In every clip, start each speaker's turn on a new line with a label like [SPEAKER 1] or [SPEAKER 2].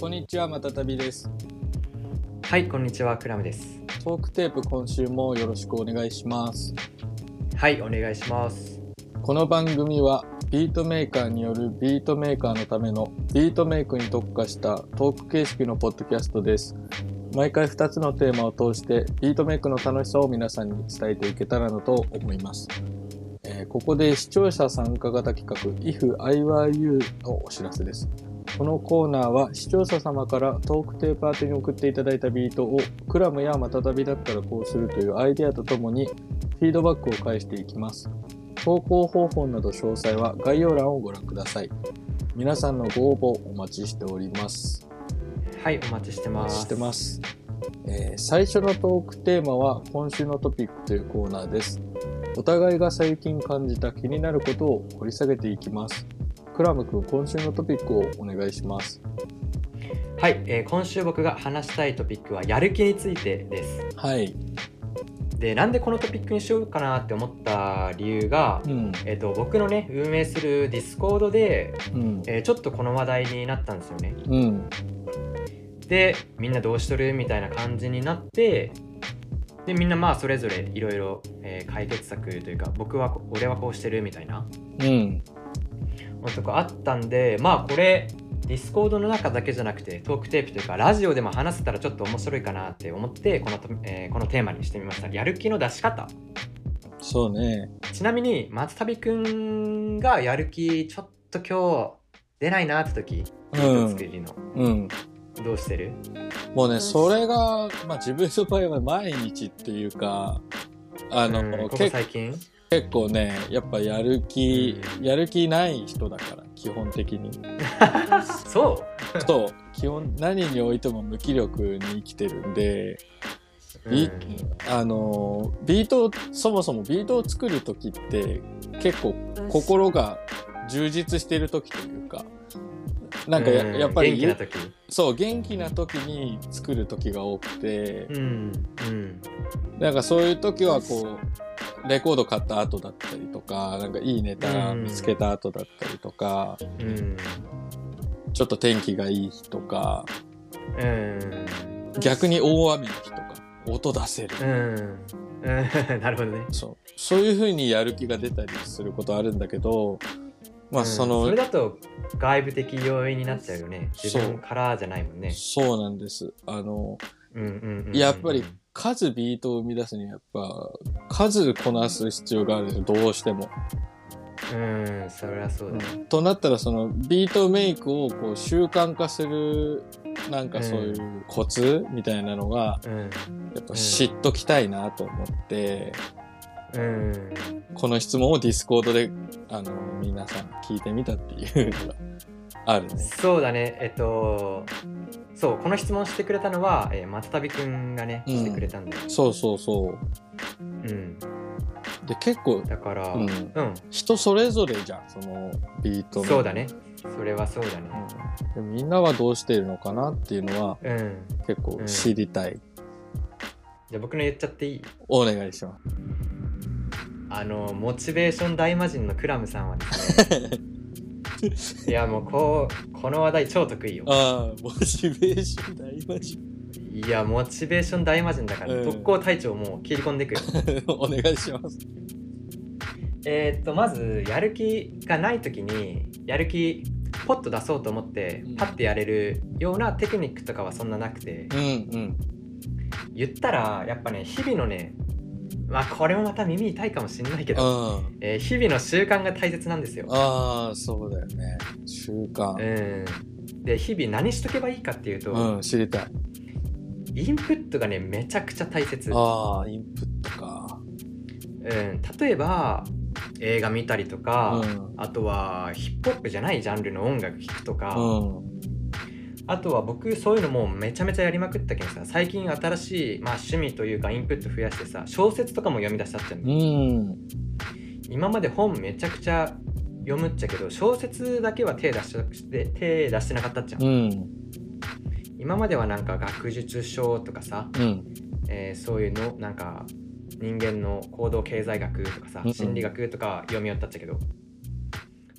[SPEAKER 1] こんにちは、またたびです。
[SPEAKER 2] はい、こんにちは、クラムです。
[SPEAKER 1] トークテープ今週もよろしくお願いします。
[SPEAKER 2] はい、お願いします。
[SPEAKER 1] この番組はビートメーカーによるビートメーカーのためのビートメイクに特化したトーク形式のポッドキャストです。毎回2つのテーマを通してビートメイクの楽しさを皆さんに伝えていけたらなと思います。えーここで視聴者参加型企画 If I Were You のお知らせです。このコーナーは視聴者様からトークテープ宛てに送っていただいたビートをクラムやまたたびだったらこうするというアイデアとともにフィードバックを返していきます。投稿方法など詳細は概要欄をご覧ください。皆さんのご応募お待ちしております。
[SPEAKER 2] はい、お待ちして
[SPEAKER 1] お
[SPEAKER 2] ま
[SPEAKER 1] 待ち
[SPEAKER 2] す。
[SPEAKER 1] してます。えー最初のトークテーマは今週のトピックというコーナーです。お互いが最近感じた気になることを掘り下げていきます。クラム君、今週のトピックをお願いします。
[SPEAKER 2] はい、えー今週僕が話したいトピックはやる気についてです。
[SPEAKER 1] はい。
[SPEAKER 2] で、なんでこのトピックにしようかなって思った理由が、
[SPEAKER 1] うん。
[SPEAKER 2] えっ、と僕のね運営するディスコードで、
[SPEAKER 1] うん。
[SPEAKER 2] えーちょっとこの話題になったんですよね。
[SPEAKER 1] うん。
[SPEAKER 2] で、みんなどうしとるみたいな感じになって。でみんなまあそれぞれいろいろえー解決策というか僕はこ俺はこうしてるみたいな
[SPEAKER 1] うん。
[SPEAKER 2] のとかあったんでまあこれディスコードの中だけじゃなくてトークテープというかラジオでも話せたらちょっと面白いかなって思ってこの,、えーこのテーマにしてみましたやる気の出し方
[SPEAKER 1] そうね。
[SPEAKER 2] ちなみに松旅くんがやる気ちょっと今日出ないなって時
[SPEAKER 1] う
[SPEAKER 2] 人
[SPEAKER 1] ん
[SPEAKER 2] 作。りの、
[SPEAKER 1] うん。
[SPEAKER 2] どうしてる
[SPEAKER 1] もうね、それが、まあ自分の場合は毎日っていうか、あの、
[SPEAKER 2] うんここ
[SPEAKER 1] 結
[SPEAKER 2] 最近
[SPEAKER 1] 結構ね、やっぱやる気、
[SPEAKER 2] う
[SPEAKER 1] やる気ない人だから、基本的 に。
[SPEAKER 2] そ
[SPEAKER 1] そう、基本何においても無気力に生きてるんで、
[SPEAKER 2] う、
[SPEAKER 1] ビあの、ビートを、そもそもビートを作る時って、結構心が充実してる時というか、なんかや,、
[SPEAKER 2] う
[SPEAKER 1] やっぱり
[SPEAKER 2] 元気な時
[SPEAKER 1] そう元気な時に作る時が多くて
[SPEAKER 2] う、んうん
[SPEAKER 1] なんかそういう時はこうレコード買った後だったりとかなんかいいネタ見つけた後だったりとか、
[SPEAKER 2] うん
[SPEAKER 1] ちょっと天気がいい日とか
[SPEAKER 2] うん
[SPEAKER 1] 逆に大雨の日とか音出せる、
[SPEAKER 2] うんうん なるほどね
[SPEAKER 1] そうそういう風にやる気が出たりすることあるんだけどまあ
[SPEAKER 2] うん
[SPEAKER 1] その、
[SPEAKER 2] れだと外部的要因になっちゃうよね自分からじゃないもんね
[SPEAKER 1] そうなんですあの
[SPEAKER 2] うんうんうんうん
[SPEAKER 1] やっぱり数ビートを生み出すにはやっぱ数こなす必要があるんですよどうしても。
[SPEAKER 2] うんそりゃそうだね
[SPEAKER 1] となったらそのビートメイクをこう習慣化するなんかそういうコツみたいなのが
[SPEAKER 2] うん
[SPEAKER 1] やっぱ知っときたいなと思って
[SPEAKER 2] うん
[SPEAKER 1] この質問をディスコードであの皆さん聞いてみたっていうのがあるね。
[SPEAKER 2] そうだねえっとそうこの質問してくれたのは、えー、松旅くんがね
[SPEAKER 1] うん
[SPEAKER 2] してくれたんだよ、
[SPEAKER 1] そうそうそう
[SPEAKER 2] うん
[SPEAKER 1] で結構、
[SPEAKER 2] だから
[SPEAKER 1] う
[SPEAKER 2] うんん、
[SPEAKER 1] 人それぞれじゃんそのビートの
[SPEAKER 2] そうだねそれはそうだね
[SPEAKER 1] でみんなはどうしているのかなっていうのは
[SPEAKER 2] うん
[SPEAKER 1] 結構知りたい、
[SPEAKER 2] じゃあ僕の言っちゃっていい
[SPEAKER 1] お願いします
[SPEAKER 2] あのモチベーション大魔人のクラムさんは ですねいやもうこうこの話題超得意よ
[SPEAKER 1] ああモチベーション大魔人
[SPEAKER 2] いやモチベーション大魔人だから、
[SPEAKER 1] うん
[SPEAKER 2] 特攻隊長もう切り込んでい くよ
[SPEAKER 1] お願いします
[SPEAKER 2] えーっとまずやる気がない時にやる気ポッと出そうと思って
[SPEAKER 1] うん
[SPEAKER 2] パッてやれるようなテクニックとかはそんななくて
[SPEAKER 1] うんうん
[SPEAKER 2] 言ったらやっぱね日々のねまあこれもまた耳痛いかもしんないけ
[SPEAKER 1] う
[SPEAKER 2] ど、
[SPEAKER 1] ん、
[SPEAKER 2] えー日々の習慣が大切なんですよ
[SPEAKER 1] ああそうだよね習慣
[SPEAKER 2] うんで日々何しとけばいいかっていうと、
[SPEAKER 1] うん、知りたい
[SPEAKER 2] インプットがねめちゃくちゃ大切、うん、
[SPEAKER 1] ああインプットか
[SPEAKER 2] 例えば映画見たりとか、
[SPEAKER 1] うん
[SPEAKER 2] あとはヒップホップじゃないジャンルの音楽聴くとか、
[SPEAKER 1] うん
[SPEAKER 2] あとは僕そういうのもうめちゃめちゃやりまくったけどさ最近新しい、まあ、趣味というかインプット増やしてさ小説とかも読み出しちゃったんだ
[SPEAKER 1] うん
[SPEAKER 2] 今まで本めちゃくちゃ読むっちゃけど小説だけは手出しして手出してなかったっちゃん、
[SPEAKER 1] うん
[SPEAKER 2] 今まではなんか学術書とかさ、
[SPEAKER 1] うん
[SPEAKER 2] えーそういうのなんか人間の行動経済学とかさ
[SPEAKER 1] うん
[SPEAKER 2] 心理学とか読み寄ったっちゃけど、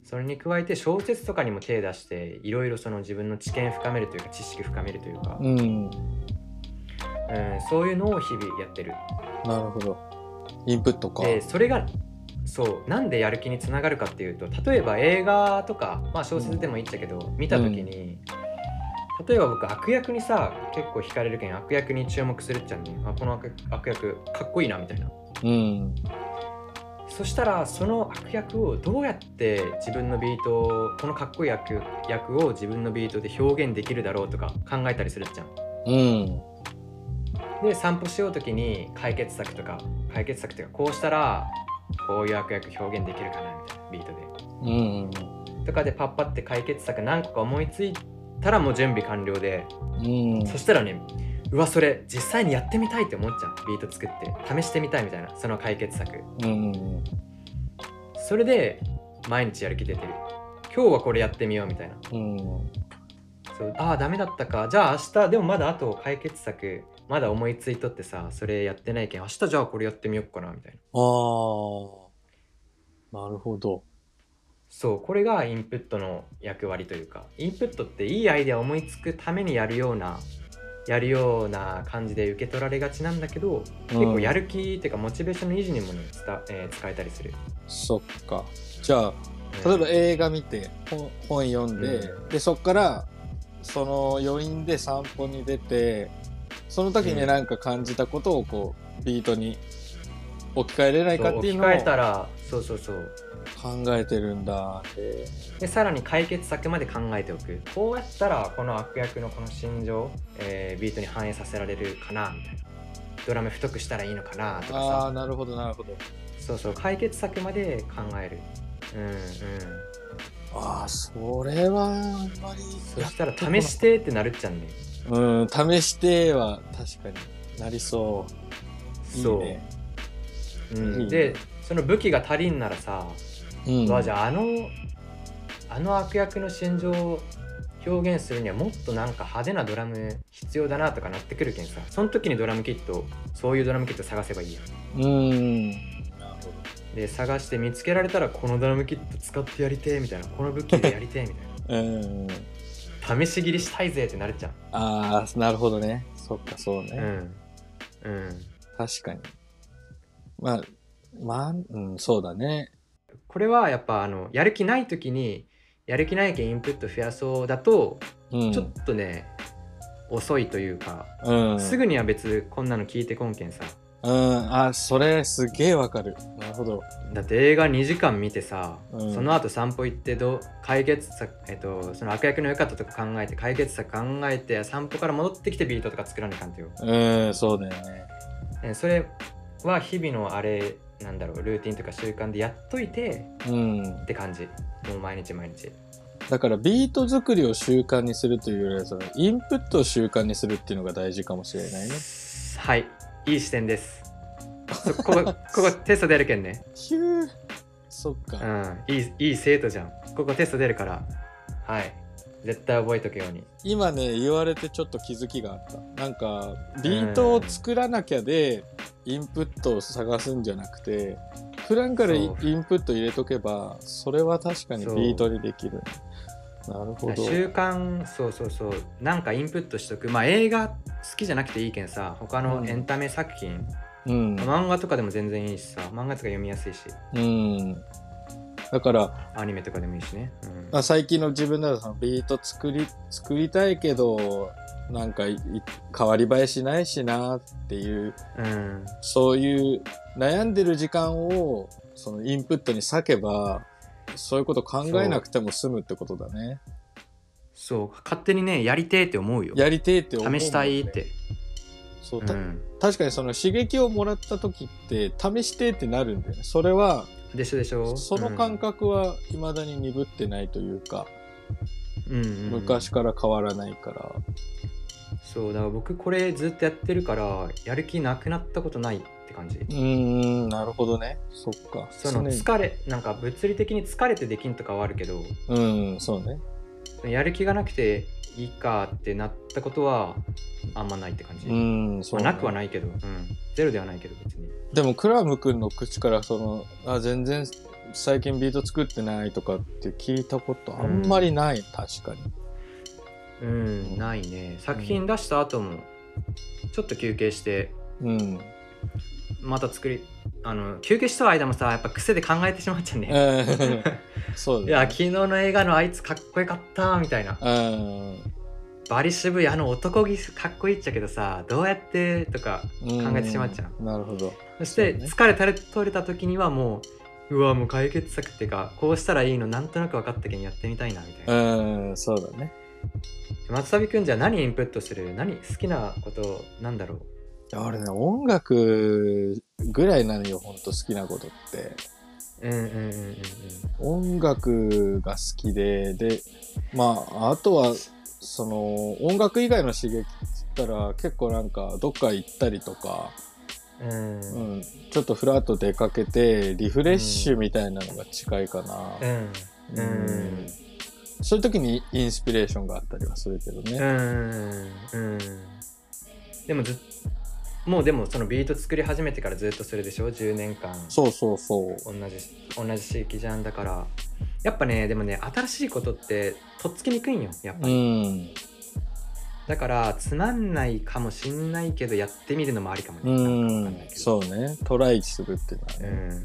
[SPEAKER 2] それに加えて小説とかにも手出していろいろその自分の知見深めるというか知識深めるというか、うん
[SPEAKER 1] うん
[SPEAKER 2] そういうのを日々やってる
[SPEAKER 1] なるほどインプットか
[SPEAKER 2] でそれがそうなんでやる気につながるかっていうと例えば映画とか、まあ、小説でもいいっちゃけど、見た時に、例えば僕悪役にさ結構惹かれるけん悪役に注目するっちゃんねあこの悪悪役かっこいいなみたいな
[SPEAKER 1] うん
[SPEAKER 2] そしたらその悪役をどうやって自分のビートをこのかっこいい悪役を自分のビートで表現できるだろうとか考えたりするじゃん。
[SPEAKER 1] うん
[SPEAKER 2] で散歩しようときに解決策とか解決策というかこうしたらこういう悪役表現できるかなみたいなビート
[SPEAKER 1] うん
[SPEAKER 2] で。とかでパッパって解決策何個か思いついたらもう準備完了で
[SPEAKER 1] うん
[SPEAKER 2] そしたらねうわそれ実際にやってみたいって思っちゃうビート作って試してみたいみたいなその解決策。
[SPEAKER 1] うん
[SPEAKER 2] それで毎日やる気出てる今日はこれやってみようみたいな
[SPEAKER 1] うん
[SPEAKER 2] そうああダメだったかじゃあ明日でもまだあと解決策まだ思いついとってさそれやってないけん明日じゃあこれやってみよっかなみたいな
[SPEAKER 1] あーなるほど
[SPEAKER 2] そうこれがインプットの役割というかインプットっていいアイデア思いつくためにやるようなやるような感じで受け取られがちなんだけど
[SPEAKER 1] 結
[SPEAKER 2] 結構やる気っていうかモチベーションの維持にもねつた、えー使えたりする、
[SPEAKER 1] そっかじゃあ
[SPEAKER 2] う
[SPEAKER 1] 例え
[SPEAKER 2] ん
[SPEAKER 1] ば映画見て本本読んで、
[SPEAKER 2] う
[SPEAKER 1] でそっからその余韻で散歩に出てその時
[SPEAKER 2] う
[SPEAKER 1] に
[SPEAKER 2] ん
[SPEAKER 1] 何か感じたことをこうビートに置き換えれないか
[SPEAKER 2] そう
[SPEAKER 1] って
[SPEAKER 2] 置
[SPEAKER 1] い
[SPEAKER 2] き
[SPEAKER 1] うのを
[SPEAKER 2] 換えたらそうそうそう
[SPEAKER 1] 考えてるんだへ
[SPEAKER 2] でさらに解決策まで考えておくこうやったらこの悪役のこの心情、えービートに反映させられるかなみたいなドラム太くしたらいいのかなとか
[SPEAKER 1] ああ
[SPEAKER 2] さ
[SPEAKER 1] なるほどなるほど
[SPEAKER 2] そうそう解決策まで考えるうんうん
[SPEAKER 1] ああそれはあんまり
[SPEAKER 2] そしたら試してってなるっちゃうんね
[SPEAKER 1] うん試しては確かになりそうい
[SPEAKER 2] そう
[SPEAKER 1] いね
[SPEAKER 2] うん
[SPEAKER 1] いいね
[SPEAKER 2] でその武器が足りんならさ、
[SPEAKER 1] うん
[SPEAKER 2] わじゃああのあの悪役の心情を表現するにはもっとなんか派手なドラム必要だなとかなってくるけんさその時にドラムキットそういうドラムキット探せばいいやん
[SPEAKER 1] うんなるほど
[SPEAKER 2] で探して見つけられたらこのドラムキット使ってやりてえみたいなこの武器でやりてえみた
[SPEAKER 1] うん
[SPEAKER 2] いな試し切りしたいぜってなるじゃん
[SPEAKER 1] ああなるほどねそっかそう ね、
[SPEAKER 2] うんうん
[SPEAKER 1] 確かに。まあ、まあ、うん、そうだね。
[SPEAKER 2] これはやっぱあのやる気ない時にやる気ないけんインプット増やそうだと
[SPEAKER 1] うん。
[SPEAKER 2] ちょっとね、遅いというか、
[SPEAKER 1] うん、
[SPEAKER 2] すぐには別こんなの聞いてこんけんさ
[SPEAKER 1] うん、あ、それすげえわかる。なるほど。
[SPEAKER 2] だって映画2時間見てさ、
[SPEAKER 1] うん
[SPEAKER 2] その後散歩行ってどう解決策、えっと、その悪役の良かったとか考えて解決策考えて散歩から戻ってきてビートとか作らないかんとよ
[SPEAKER 1] うん、そうだよね。
[SPEAKER 2] えーそれは日々のあれなんだろうルーティンとか習慣でやっといて
[SPEAKER 1] うん
[SPEAKER 2] っ。て感じもう毎日毎日
[SPEAKER 1] だからビート作りを習慣にするというよりは、そのインプットを習慣にするっていうのが大事かもしれないね。
[SPEAKER 2] はいいい視点ですそここここテスト出るけんね
[SPEAKER 1] ひゅー。そっ
[SPEAKER 2] う
[SPEAKER 1] か。
[SPEAKER 2] んいいいい生徒じゃんここテスト出るからはい絶対覚えとくように
[SPEAKER 1] 今ね、言われてちょっと気づきがあった。なんか、ビートを作らなきゃで、インプットを探すんじゃなくて、普段からイ
[SPEAKER 2] そう
[SPEAKER 1] インプット入れとけば、それは確かに
[SPEAKER 2] そう
[SPEAKER 1] ビートにできる。なるほど。
[SPEAKER 2] 習慣そうそうそうなんかインプットしとくまあ映画好きじゃなくていいけんさ他
[SPEAKER 1] う
[SPEAKER 2] の
[SPEAKER 1] ん
[SPEAKER 2] エンタメ作品、
[SPEAKER 1] うん。
[SPEAKER 2] 漫画とかでも全然いいしさ漫画とか読みやすいし
[SPEAKER 1] うん。だから、
[SPEAKER 2] アニメとかでもいいしね、うん
[SPEAKER 1] まあ最近の自分ならそのビート作り、作りたいけど、なんかいい変わり映えしないしなっていう
[SPEAKER 2] うん、
[SPEAKER 1] そういう悩んでる時間をそのインプットに割けば、そういうこと考えなくても済むってことだね。
[SPEAKER 2] そう勝手にねやりてえって思うよ
[SPEAKER 1] やりてえって思う、
[SPEAKER 2] 試したいっ。て、
[SPEAKER 1] そう、
[SPEAKER 2] う
[SPEAKER 1] た
[SPEAKER 2] ん、
[SPEAKER 1] 確かにその刺激をもらった時って、試してえってなるんだよね。それは、
[SPEAKER 2] でしょでしょ
[SPEAKER 1] その感、覚は未だに鈍ってないというか、
[SPEAKER 2] うんうんうん
[SPEAKER 1] 昔から変わらないから。
[SPEAKER 2] そうだから僕これずっとやってるからやる気なくなったことないって感じ
[SPEAKER 1] うーん、なるほどね。そっか。
[SPEAKER 2] その
[SPEAKER 1] ね
[SPEAKER 2] 疲れなんか物理的に疲れてできんとかはあるけど
[SPEAKER 1] うん、そうね。
[SPEAKER 2] やる気がなくていいかってなったことはあんまないって感じ、
[SPEAKER 1] う
[SPEAKER 2] ま
[SPEAKER 1] ん、そ
[SPEAKER 2] あ
[SPEAKER 1] う、ね。
[SPEAKER 2] なくはないけど、うん、ゼロではないけど別に
[SPEAKER 1] でもクラム君の口からそのあ全然最近ビート作ってないとかって聞いたことあんまりない、確かに。
[SPEAKER 2] うんないね作品出した後もちょっと休憩して
[SPEAKER 1] うん。
[SPEAKER 2] また作りあの休憩した間もさやっぱ癖で考えてしまっちゃうね、
[SPEAKER 1] えー そう
[SPEAKER 2] い
[SPEAKER 1] だ
[SPEAKER 2] や
[SPEAKER 1] ね。
[SPEAKER 2] 昨日の映画のあいつかっこよかったみたいな
[SPEAKER 1] うん。
[SPEAKER 2] バリ渋いあの男気かっこいいっちゃけどさどうやってとか
[SPEAKER 1] うん
[SPEAKER 2] 考えてしまっちゃ
[SPEAKER 1] なるほど。
[SPEAKER 2] そして
[SPEAKER 1] そうね
[SPEAKER 2] 疲れたれ取れた時にはもううわもう解決策っていうかこうしたらいいのなんとなく分かったけんやってみたいなみたいな、
[SPEAKER 1] うん、そうだね。
[SPEAKER 2] 松旅くんじゃあ何インプットしてる何好きなことなんだろ
[SPEAKER 1] いや俺ね、音楽ぐらいなのよ、ほんと好きなことって。
[SPEAKER 2] ううんうんうんうんうん
[SPEAKER 1] 音楽が好きで、で、まあ、あとは、その、音楽以外の刺激って言ったら、結構なんか、どっか行ったりとか、う
[SPEAKER 2] うんうん
[SPEAKER 1] ん、ちょっとふらっと出かけて、リフレッシュみたいなのが近いかな。
[SPEAKER 2] うんうん
[SPEAKER 1] そういう時にインスピレーションがあったりはするけど
[SPEAKER 2] う
[SPEAKER 1] ね。
[SPEAKER 2] んうんでもずっもうでもそのビート作り始めてからずっとそれでしょ10年間
[SPEAKER 1] そうそうそう。
[SPEAKER 2] 同じ同じ刺激じゃんだからやっぱねでもね新しいことってとっつきにくいんよやっぱり、
[SPEAKER 1] うん。
[SPEAKER 2] だからつまんないかもしんないけどやってみるのもありかも
[SPEAKER 1] う
[SPEAKER 2] ねなんかわかん
[SPEAKER 1] ん
[SPEAKER 2] ない。けど
[SPEAKER 1] そうね。トライするっていうのは
[SPEAKER 2] う
[SPEAKER 1] ね。
[SPEAKER 2] ん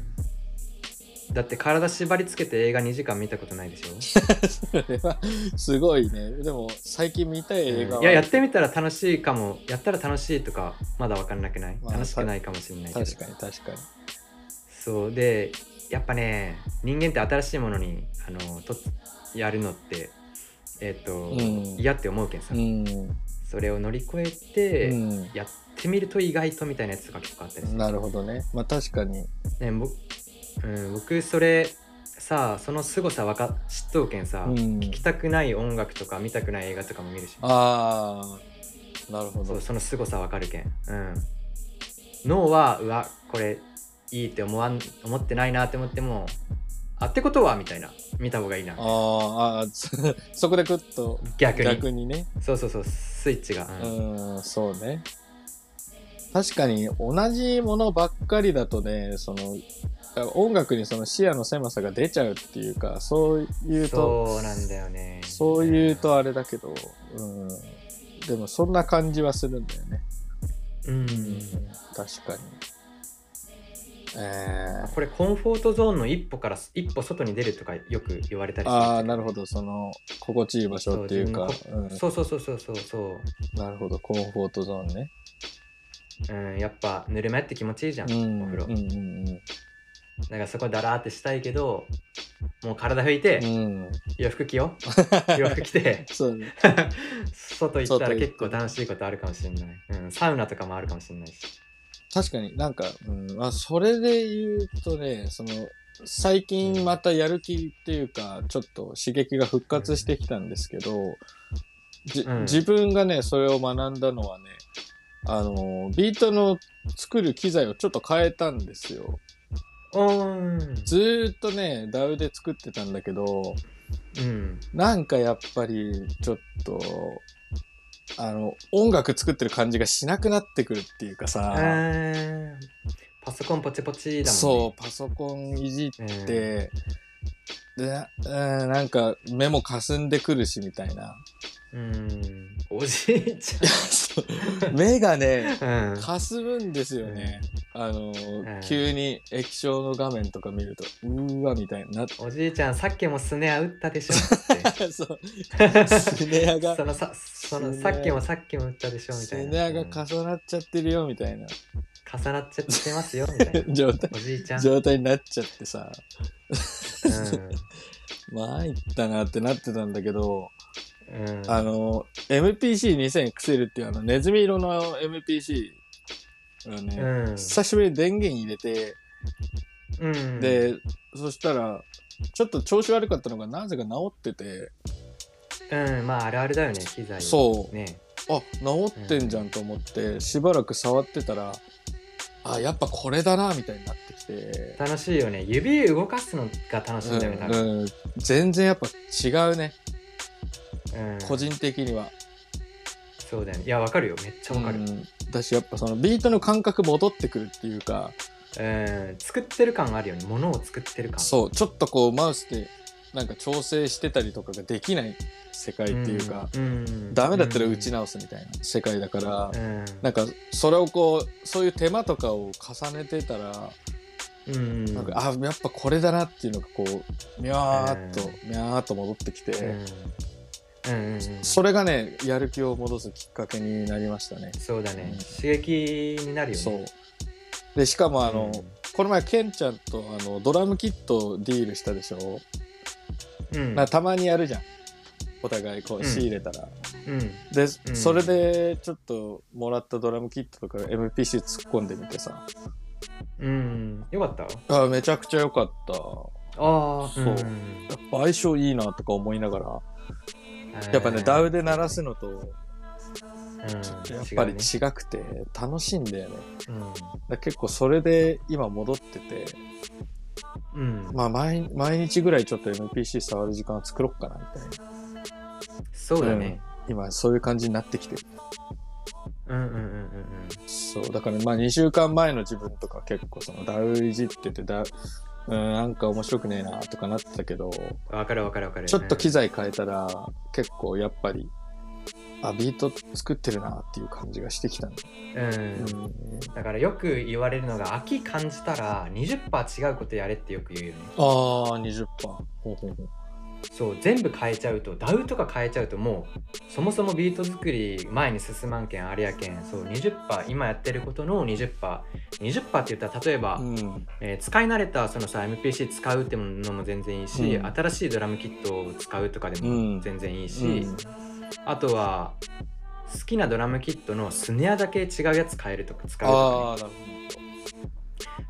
[SPEAKER 2] だって体縛りつけて映画2時間見たことないでしょ、
[SPEAKER 1] それはすごいね。でも、最近見たい映画は。
[SPEAKER 2] いややってみたら楽しいかもやったら楽しいとかまだ分かんなくない、
[SPEAKER 1] まあ
[SPEAKER 2] 楽しくないかもしれないけど
[SPEAKER 1] 確かに確かに。
[SPEAKER 2] そうでやっぱね人間って新しいものにあのとやるのってえっ、と、
[SPEAKER 1] うん
[SPEAKER 2] 嫌って思うけんさ、
[SPEAKER 1] うん。
[SPEAKER 2] それを乗り越えて、
[SPEAKER 1] うん
[SPEAKER 2] やってみると意外とみたいなやつが結構あったりする、
[SPEAKER 1] なるほどね。まあ確かに。
[SPEAKER 2] ねぼうん、僕それさその凄さわか知っとうけんさ、
[SPEAKER 1] う
[SPEAKER 2] 聴
[SPEAKER 1] ん、
[SPEAKER 2] きたくない音楽とか見たくない映画とかも見るし
[SPEAKER 1] ああ、なるほ
[SPEAKER 2] そ
[SPEAKER 1] ど
[SPEAKER 2] う。その凄さわかるけん、うん、脳はうわこれいいって思わん思ってないなって思ってもあってことはみたいな見た方がいいな
[SPEAKER 1] あーあー、そ そこでグッと
[SPEAKER 2] 逆に
[SPEAKER 1] 逆にね。
[SPEAKER 2] そうそうそうスイッチが、う
[SPEAKER 1] う
[SPEAKER 2] ん
[SPEAKER 1] ん、そうね。確かに同じものばっかりだとね、その、音楽にその視野の狭さが出ちゃうっていうか、そういうと、
[SPEAKER 2] そうなんだよね
[SPEAKER 1] そういうとあれだけど、うん。でもそんな感じはするんだよね。
[SPEAKER 2] うん、
[SPEAKER 1] 確かに。えー、
[SPEAKER 2] これコンフォートゾーンの一歩から一歩外に出るとかよく言われたりする
[SPEAKER 1] ああなるほどその心地いい場所っていうか、
[SPEAKER 2] そうそうそうそうそうそうそ
[SPEAKER 1] ん、なるほどコンフォートゾーンね
[SPEAKER 2] う、うん、やっぱぬるま湯って気持ちいいじゃん、
[SPEAKER 1] うん
[SPEAKER 2] お
[SPEAKER 1] うんう
[SPEAKER 2] 風呂だ
[SPEAKER 1] ん
[SPEAKER 2] からそこだらーってしたいけどもう体拭いて、
[SPEAKER 1] うんうん
[SPEAKER 2] 洋服着よ 洋服着て
[SPEAKER 1] そうね
[SPEAKER 2] 外行った
[SPEAKER 1] 外行
[SPEAKER 2] ら
[SPEAKER 1] って
[SPEAKER 2] 結構楽しいことあるかもしれない、うん、サウナとかもあるかもしれないし
[SPEAKER 1] 確かになんか、うんまあ、それで言うとねその最近またやる気っていうかちょっと刺激が復活してきたんですけどじ、
[SPEAKER 2] うん
[SPEAKER 1] 自分がねそれを学んだのはねあのビートの作る機材をちょっと変えたんですよ
[SPEAKER 2] うん
[SPEAKER 1] ずーっとね DAW で作ってたんだけど
[SPEAKER 2] うん
[SPEAKER 1] なんかやっぱりちょっとあの音楽作ってる感じがしなくなってくるっていうか
[SPEAKER 2] あ
[SPEAKER 1] さ、
[SPEAKER 2] ーパソコンポチポチだもんね
[SPEAKER 1] そうパソコンいじっ
[SPEAKER 2] うん、
[SPEAKER 1] て、でなうんなんか目もかすんでくるしみたい な
[SPEAKER 2] うん、おじいち
[SPEAKER 1] そう目がね
[SPEAKER 2] ゃ ん、うん、
[SPEAKER 1] かすむんですよね、あの、
[SPEAKER 2] ん
[SPEAKER 1] 急に液晶の画面とか見るとうーわみたいになっ
[SPEAKER 2] おじいちゃんさっきもスネア打ったでしょっ
[SPEAKER 1] そう
[SPEAKER 2] て
[SPEAKER 1] スネア が
[SPEAKER 2] そのさその
[SPEAKER 1] スネ
[SPEAKER 2] さ
[SPEAKER 1] ア
[SPEAKER 2] っきもさっきも打ったでしょみた
[SPEAKER 1] ス
[SPEAKER 2] いな
[SPEAKER 1] ネアが
[SPEAKER 2] うん
[SPEAKER 1] 重なっちゃってるよみたいな
[SPEAKER 2] 重なっちゃってますよみたいな
[SPEAKER 1] 状態
[SPEAKER 2] おじいちゃん、うん、
[SPEAKER 1] 状態になっちゃってさ参ったなってなってたんだけど、
[SPEAKER 2] うん
[SPEAKER 1] あの、MPC2000XL っていうあの、ネズミ色の MPC がね、
[SPEAKER 2] うん
[SPEAKER 1] 久しぶりに電源入れて、
[SPEAKER 2] うん、
[SPEAKER 1] で、そしたら、ちょっと調子悪かったのがなぜか治ってて、
[SPEAKER 2] うん、まああるあるだよね機材
[SPEAKER 1] そう
[SPEAKER 2] ね
[SPEAKER 1] あ、治ってんじゃんと思って、しばらく触ってたら、あ、やっぱこれだな、みたいになってきて、
[SPEAKER 2] 楽しいよね指動かすのが楽しいんだよね多
[SPEAKER 1] う
[SPEAKER 2] 分、
[SPEAKER 1] んうん全然やっぱ違うね、
[SPEAKER 2] うん
[SPEAKER 1] 個人的には。
[SPEAKER 2] そうだよねいやわかるよめっちゃわかる、
[SPEAKER 1] うんだしやっぱそのビートの感覚戻ってくるっていうか
[SPEAKER 2] うん作ってる感があるよね物を作ってる感
[SPEAKER 1] そうちょっとこうマウスでなんか調整してたりとかができない世界っていうか、、
[SPEAKER 2] んん
[SPEAKER 1] ダメだったら打ち直すみたいな世界だから、
[SPEAKER 2] うん
[SPEAKER 1] なんかそれをこうそういう手間とかを重ねてたら、
[SPEAKER 2] うん
[SPEAKER 1] なんかあやっぱこれだなっていうのがこうみゃーっと、みゃーっと戻ってきて、
[SPEAKER 2] うんうんうんうん
[SPEAKER 1] それがねやる気を戻すきっかけになりましたね。
[SPEAKER 2] そうだね
[SPEAKER 1] うん
[SPEAKER 2] 刺激になるよね
[SPEAKER 1] そうでしかもあの、
[SPEAKER 2] うん
[SPEAKER 1] この前ケンちゃんとあのドラムキットをディールしたでしょ、
[SPEAKER 2] うん
[SPEAKER 1] まあたまにやるじゃんお互いこ
[SPEAKER 2] う
[SPEAKER 1] うん仕入れたら、
[SPEAKER 2] うん
[SPEAKER 1] で、
[SPEAKER 2] うん
[SPEAKER 1] それでちょっともらったドラムキットとか MPC 突っ込んでみてさ
[SPEAKER 2] うんよかった
[SPEAKER 1] あめちゃくちゃ良かった
[SPEAKER 2] ああ
[SPEAKER 1] そうやっぱ相性いいなとか思いながらやっぱねダウで鳴らすのとやっぱり違くて楽しいんだよねだから結構それで今戻ってて
[SPEAKER 2] うん
[SPEAKER 1] まあ毎毎日ぐらいちょっと MPC 触る時間を作ろうかなみたいな
[SPEAKER 2] そうだね
[SPEAKER 1] 今そういう感じになってきてる
[SPEAKER 2] うんうんうんうんうん
[SPEAKER 1] そう、だからまあ2週間前の自分とか結構そのダウいじっててダウ、うん、なんか面白くねえなとかなってたけど、
[SPEAKER 2] わかるわかるわかる
[SPEAKER 1] ちょっと機材変えたら結構やっぱり、あ、ビート作ってるなっていう感じがしてきたね。
[SPEAKER 2] うん
[SPEAKER 1] うん。
[SPEAKER 2] だからよく言われるのが秋感じたら20%違うことやれってよく言うよね
[SPEAKER 1] ああ、20%。ほうほうほう。
[SPEAKER 2] そう全部変えちゃうとダウとか変えちゃうともうそもそもビート作り前に進まんけんあれやけんそう20%今やってることの 20%20% って言ったら例えば、
[SPEAKER 1] うん。
[SPEAKER 2] えー使い慣れたそのさ MPC 使うってものも全然いいし、
[SPEAKER 1] うん
[SPEAKER 2] 新しいドラムキットを使うとかで
[SPEAKER 1] うん
[SPEAKER 2] も全然いいし、
[SPEAKER 1] うん
[SPEAKER 2] あとは好きなドラムキットのスネアだけ違うやつ変えるとか使うとか、ね、
[SPEAKER 1] ああ、なる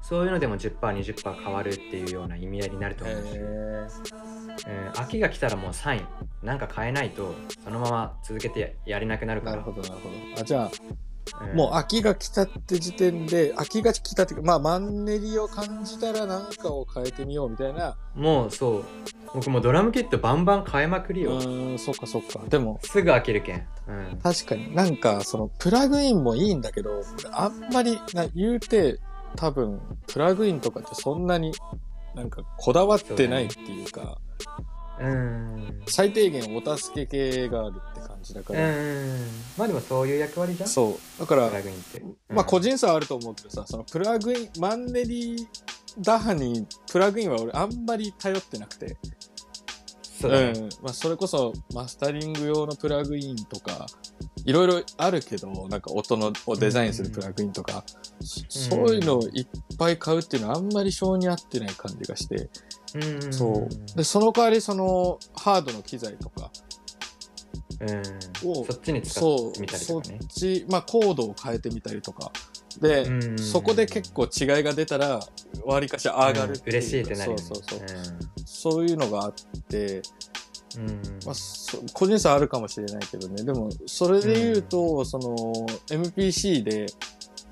[SPEAKER 2] そういうのでも 10%20% 変わるっていうような意味合いになると
[SPEAKER 1] ほど。
[SPEAKER 2] 思うし、
[SPEAKER 1] へ
[SPEAKER 2] えー秋が来たらもうサインなんか変えないとそのまま続けてやれなくなる
[SPEAKER 1] え。
[SPEAKER 2] か
[SPEAKER 1] な
[SPEAKER 2] ら
[SPEAKER 1] るほど、なるほど。あ、じゃあ、
[SPEAKER 2] うん
[SPEAKER 1] もう秋が来たって時点で、秋が来たっていうか、まあ、マンネリを感じたらなんかを変えてみようみたいな、
[SPEAKER 2] もうそう僕もうドラムキットバンバン変えまくりよ、
[SPEAKER 1] うーん、そっかそっか。でも、
[SPEAKER 2] すぐ飽きるけん、うん、
[SPEAKER 1] 確かになんか、その、プラグインもいいんだけど、あんまり、な言うて、多分、プラグインとかってそんなに、なんか、こだわってないっていうか、
[SPEAKER 2] うん
[SPEAKER 1] 最低限お助け系があるって感じだか
[SPEAKER 2] う
[SPEAKER 1] ら、
[SPEAKER 2] んまあでもそういう役割じゃん
[SPEAKER 1] そう。だから
[SPEAKER 2] プ、ラグインって、
[SPEAKER 1] まあ、個人差はあると思うけどさ、その、プラグイン、マンネリ打破に、プラグインは俺、あんまり頼ってなくて、
[SPEAKER 2] そうだね、
[SPEAKER 1] ん。まあ、それこそ、マスタリング用のプラグインとか、いろいろあるけど、なんか音のをデザインするプラグインとか、そそういうのをいっぱい買うっていうのはあんまり性に合ってない感じがして、
[SPEAKER 2] うんうん、
[SPEAKER 1] で、その代わり、その、ハードの機材とか、
[SPEAKER 2] うん、
[SPEAKER 1] を
[SPEAKER 2] そっちに使
[SPEAKER 1] そ
[SPEAKER 2] ってみ
[SPEAKER 1] う、
[SPEAKER 2] たり
[SPEAKER 1] そ
[SPEAKER 2] と
[SPEAKER 1] っ
[SPEAKER 2] かね
[SPEAKER 1] ち、まあ、コードを変えてみたりとか、で、
[SPEAKER 2] うん
[SPEAKER 1] そこで結構違いが出たら、わりかし上がる
[SPEAKER 2] うん嬉しいってなるよね
[SPEAKER 1] そうそうそう。そういうのがあって、
[SPEAKER 2] うんうん
[SPEAKER 1] まあ、そ個人差あるかもしれないけどねでもそれで言うと、その MPC で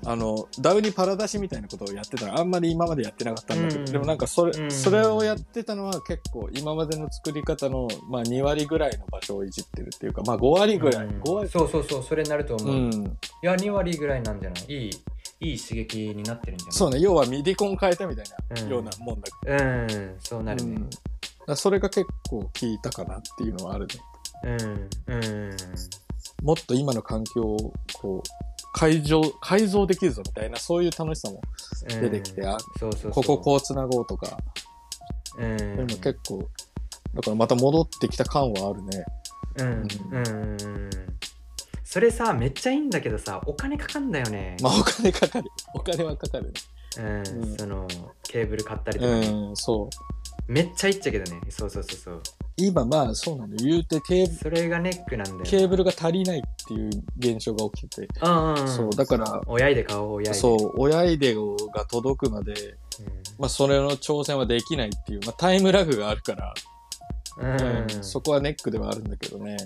[SPEAKER 1] あのダウにパラ出しみたいなことをやってたらあんまり今までやってなかったんだけど、
[SPEAKER 2] うん
[SPEAKER 1] でもなんかそれ,、
[SPEAKER 2] うん
[SPEAKER 1] それをやってたのは結構今までの作り方の、まあ、2割ぐらいの場所をいじってるっていうかまあ5割ぐらい、
[SPEAKER 2] うん
[SPEAKER 1] 5割
[SPEAKER 2] そうそうそうそれになると思
[SPEAKER 1] う
[SPEAKER 2] う、い
[SPEAKER 1] ん、
[SPEAKER 2] や2割ぐらいなんじゃないいいいい刺激になってるんじゃない
[SPEAKER 1] そうね要はミディコン変えたみたいな、
[SPEAKER 2] うん
[SPEAKER 1] ようなもんだけ
[SPEAKER 2] うんそうなる
[SPEAKER 1] ど、
[SPEAKER 2] ね
[SPEAKER 1] うんだからそれが結構効いたかなっていうのはあるね
[SPEAKER 2] うんうん
[SPEAKER 1] もっと今の環境をこう改造改造できるぞみたいなそういう楽しさも出てきて、あ
[SPEAKER 2] そうそうそう
[SPEAKER 1] こここうつなごうとか、
[SPEAKER 2] う、うん、
[SPEAKER 1] でも結構だからまた戻ってきた感はあるね
[SPEAKER 2] うんうんうんうんそれさめっちゃいいんだけどさお金かかんだよね、
[SPEAKER 1] まあお金かかるお金はかかる
[SPEAKER 2] うん
[SPEAKER 1] うん
[SPEAKER 2] そのケーブル買ったりとかね、
[SPEAKER 1] うんそう
[SPEAKER 2] めっちゃいいっちゃけどねそうそうそうそう
[SPEAKER 1] 今まあそうなの言うてケーブ
[SPEAKER 2] それがネックなんだよね、
[SPEAKER 1] ケーブルが足りないっていう現象が起きてて、
[SPEAKER 2] うんうんん
[SPEAKER 1] そうだから
[SPEAKER 2] 親いで買おう親いで
[SPEAKER 1] そう親イデオが届くまで、まあ、それの挑戦はできないっていう、まあ、タイムラグがあるから、
[SPEAKER 2] うん、うん
[SPEAKER 1] うんそこはネックではあるんだけどね、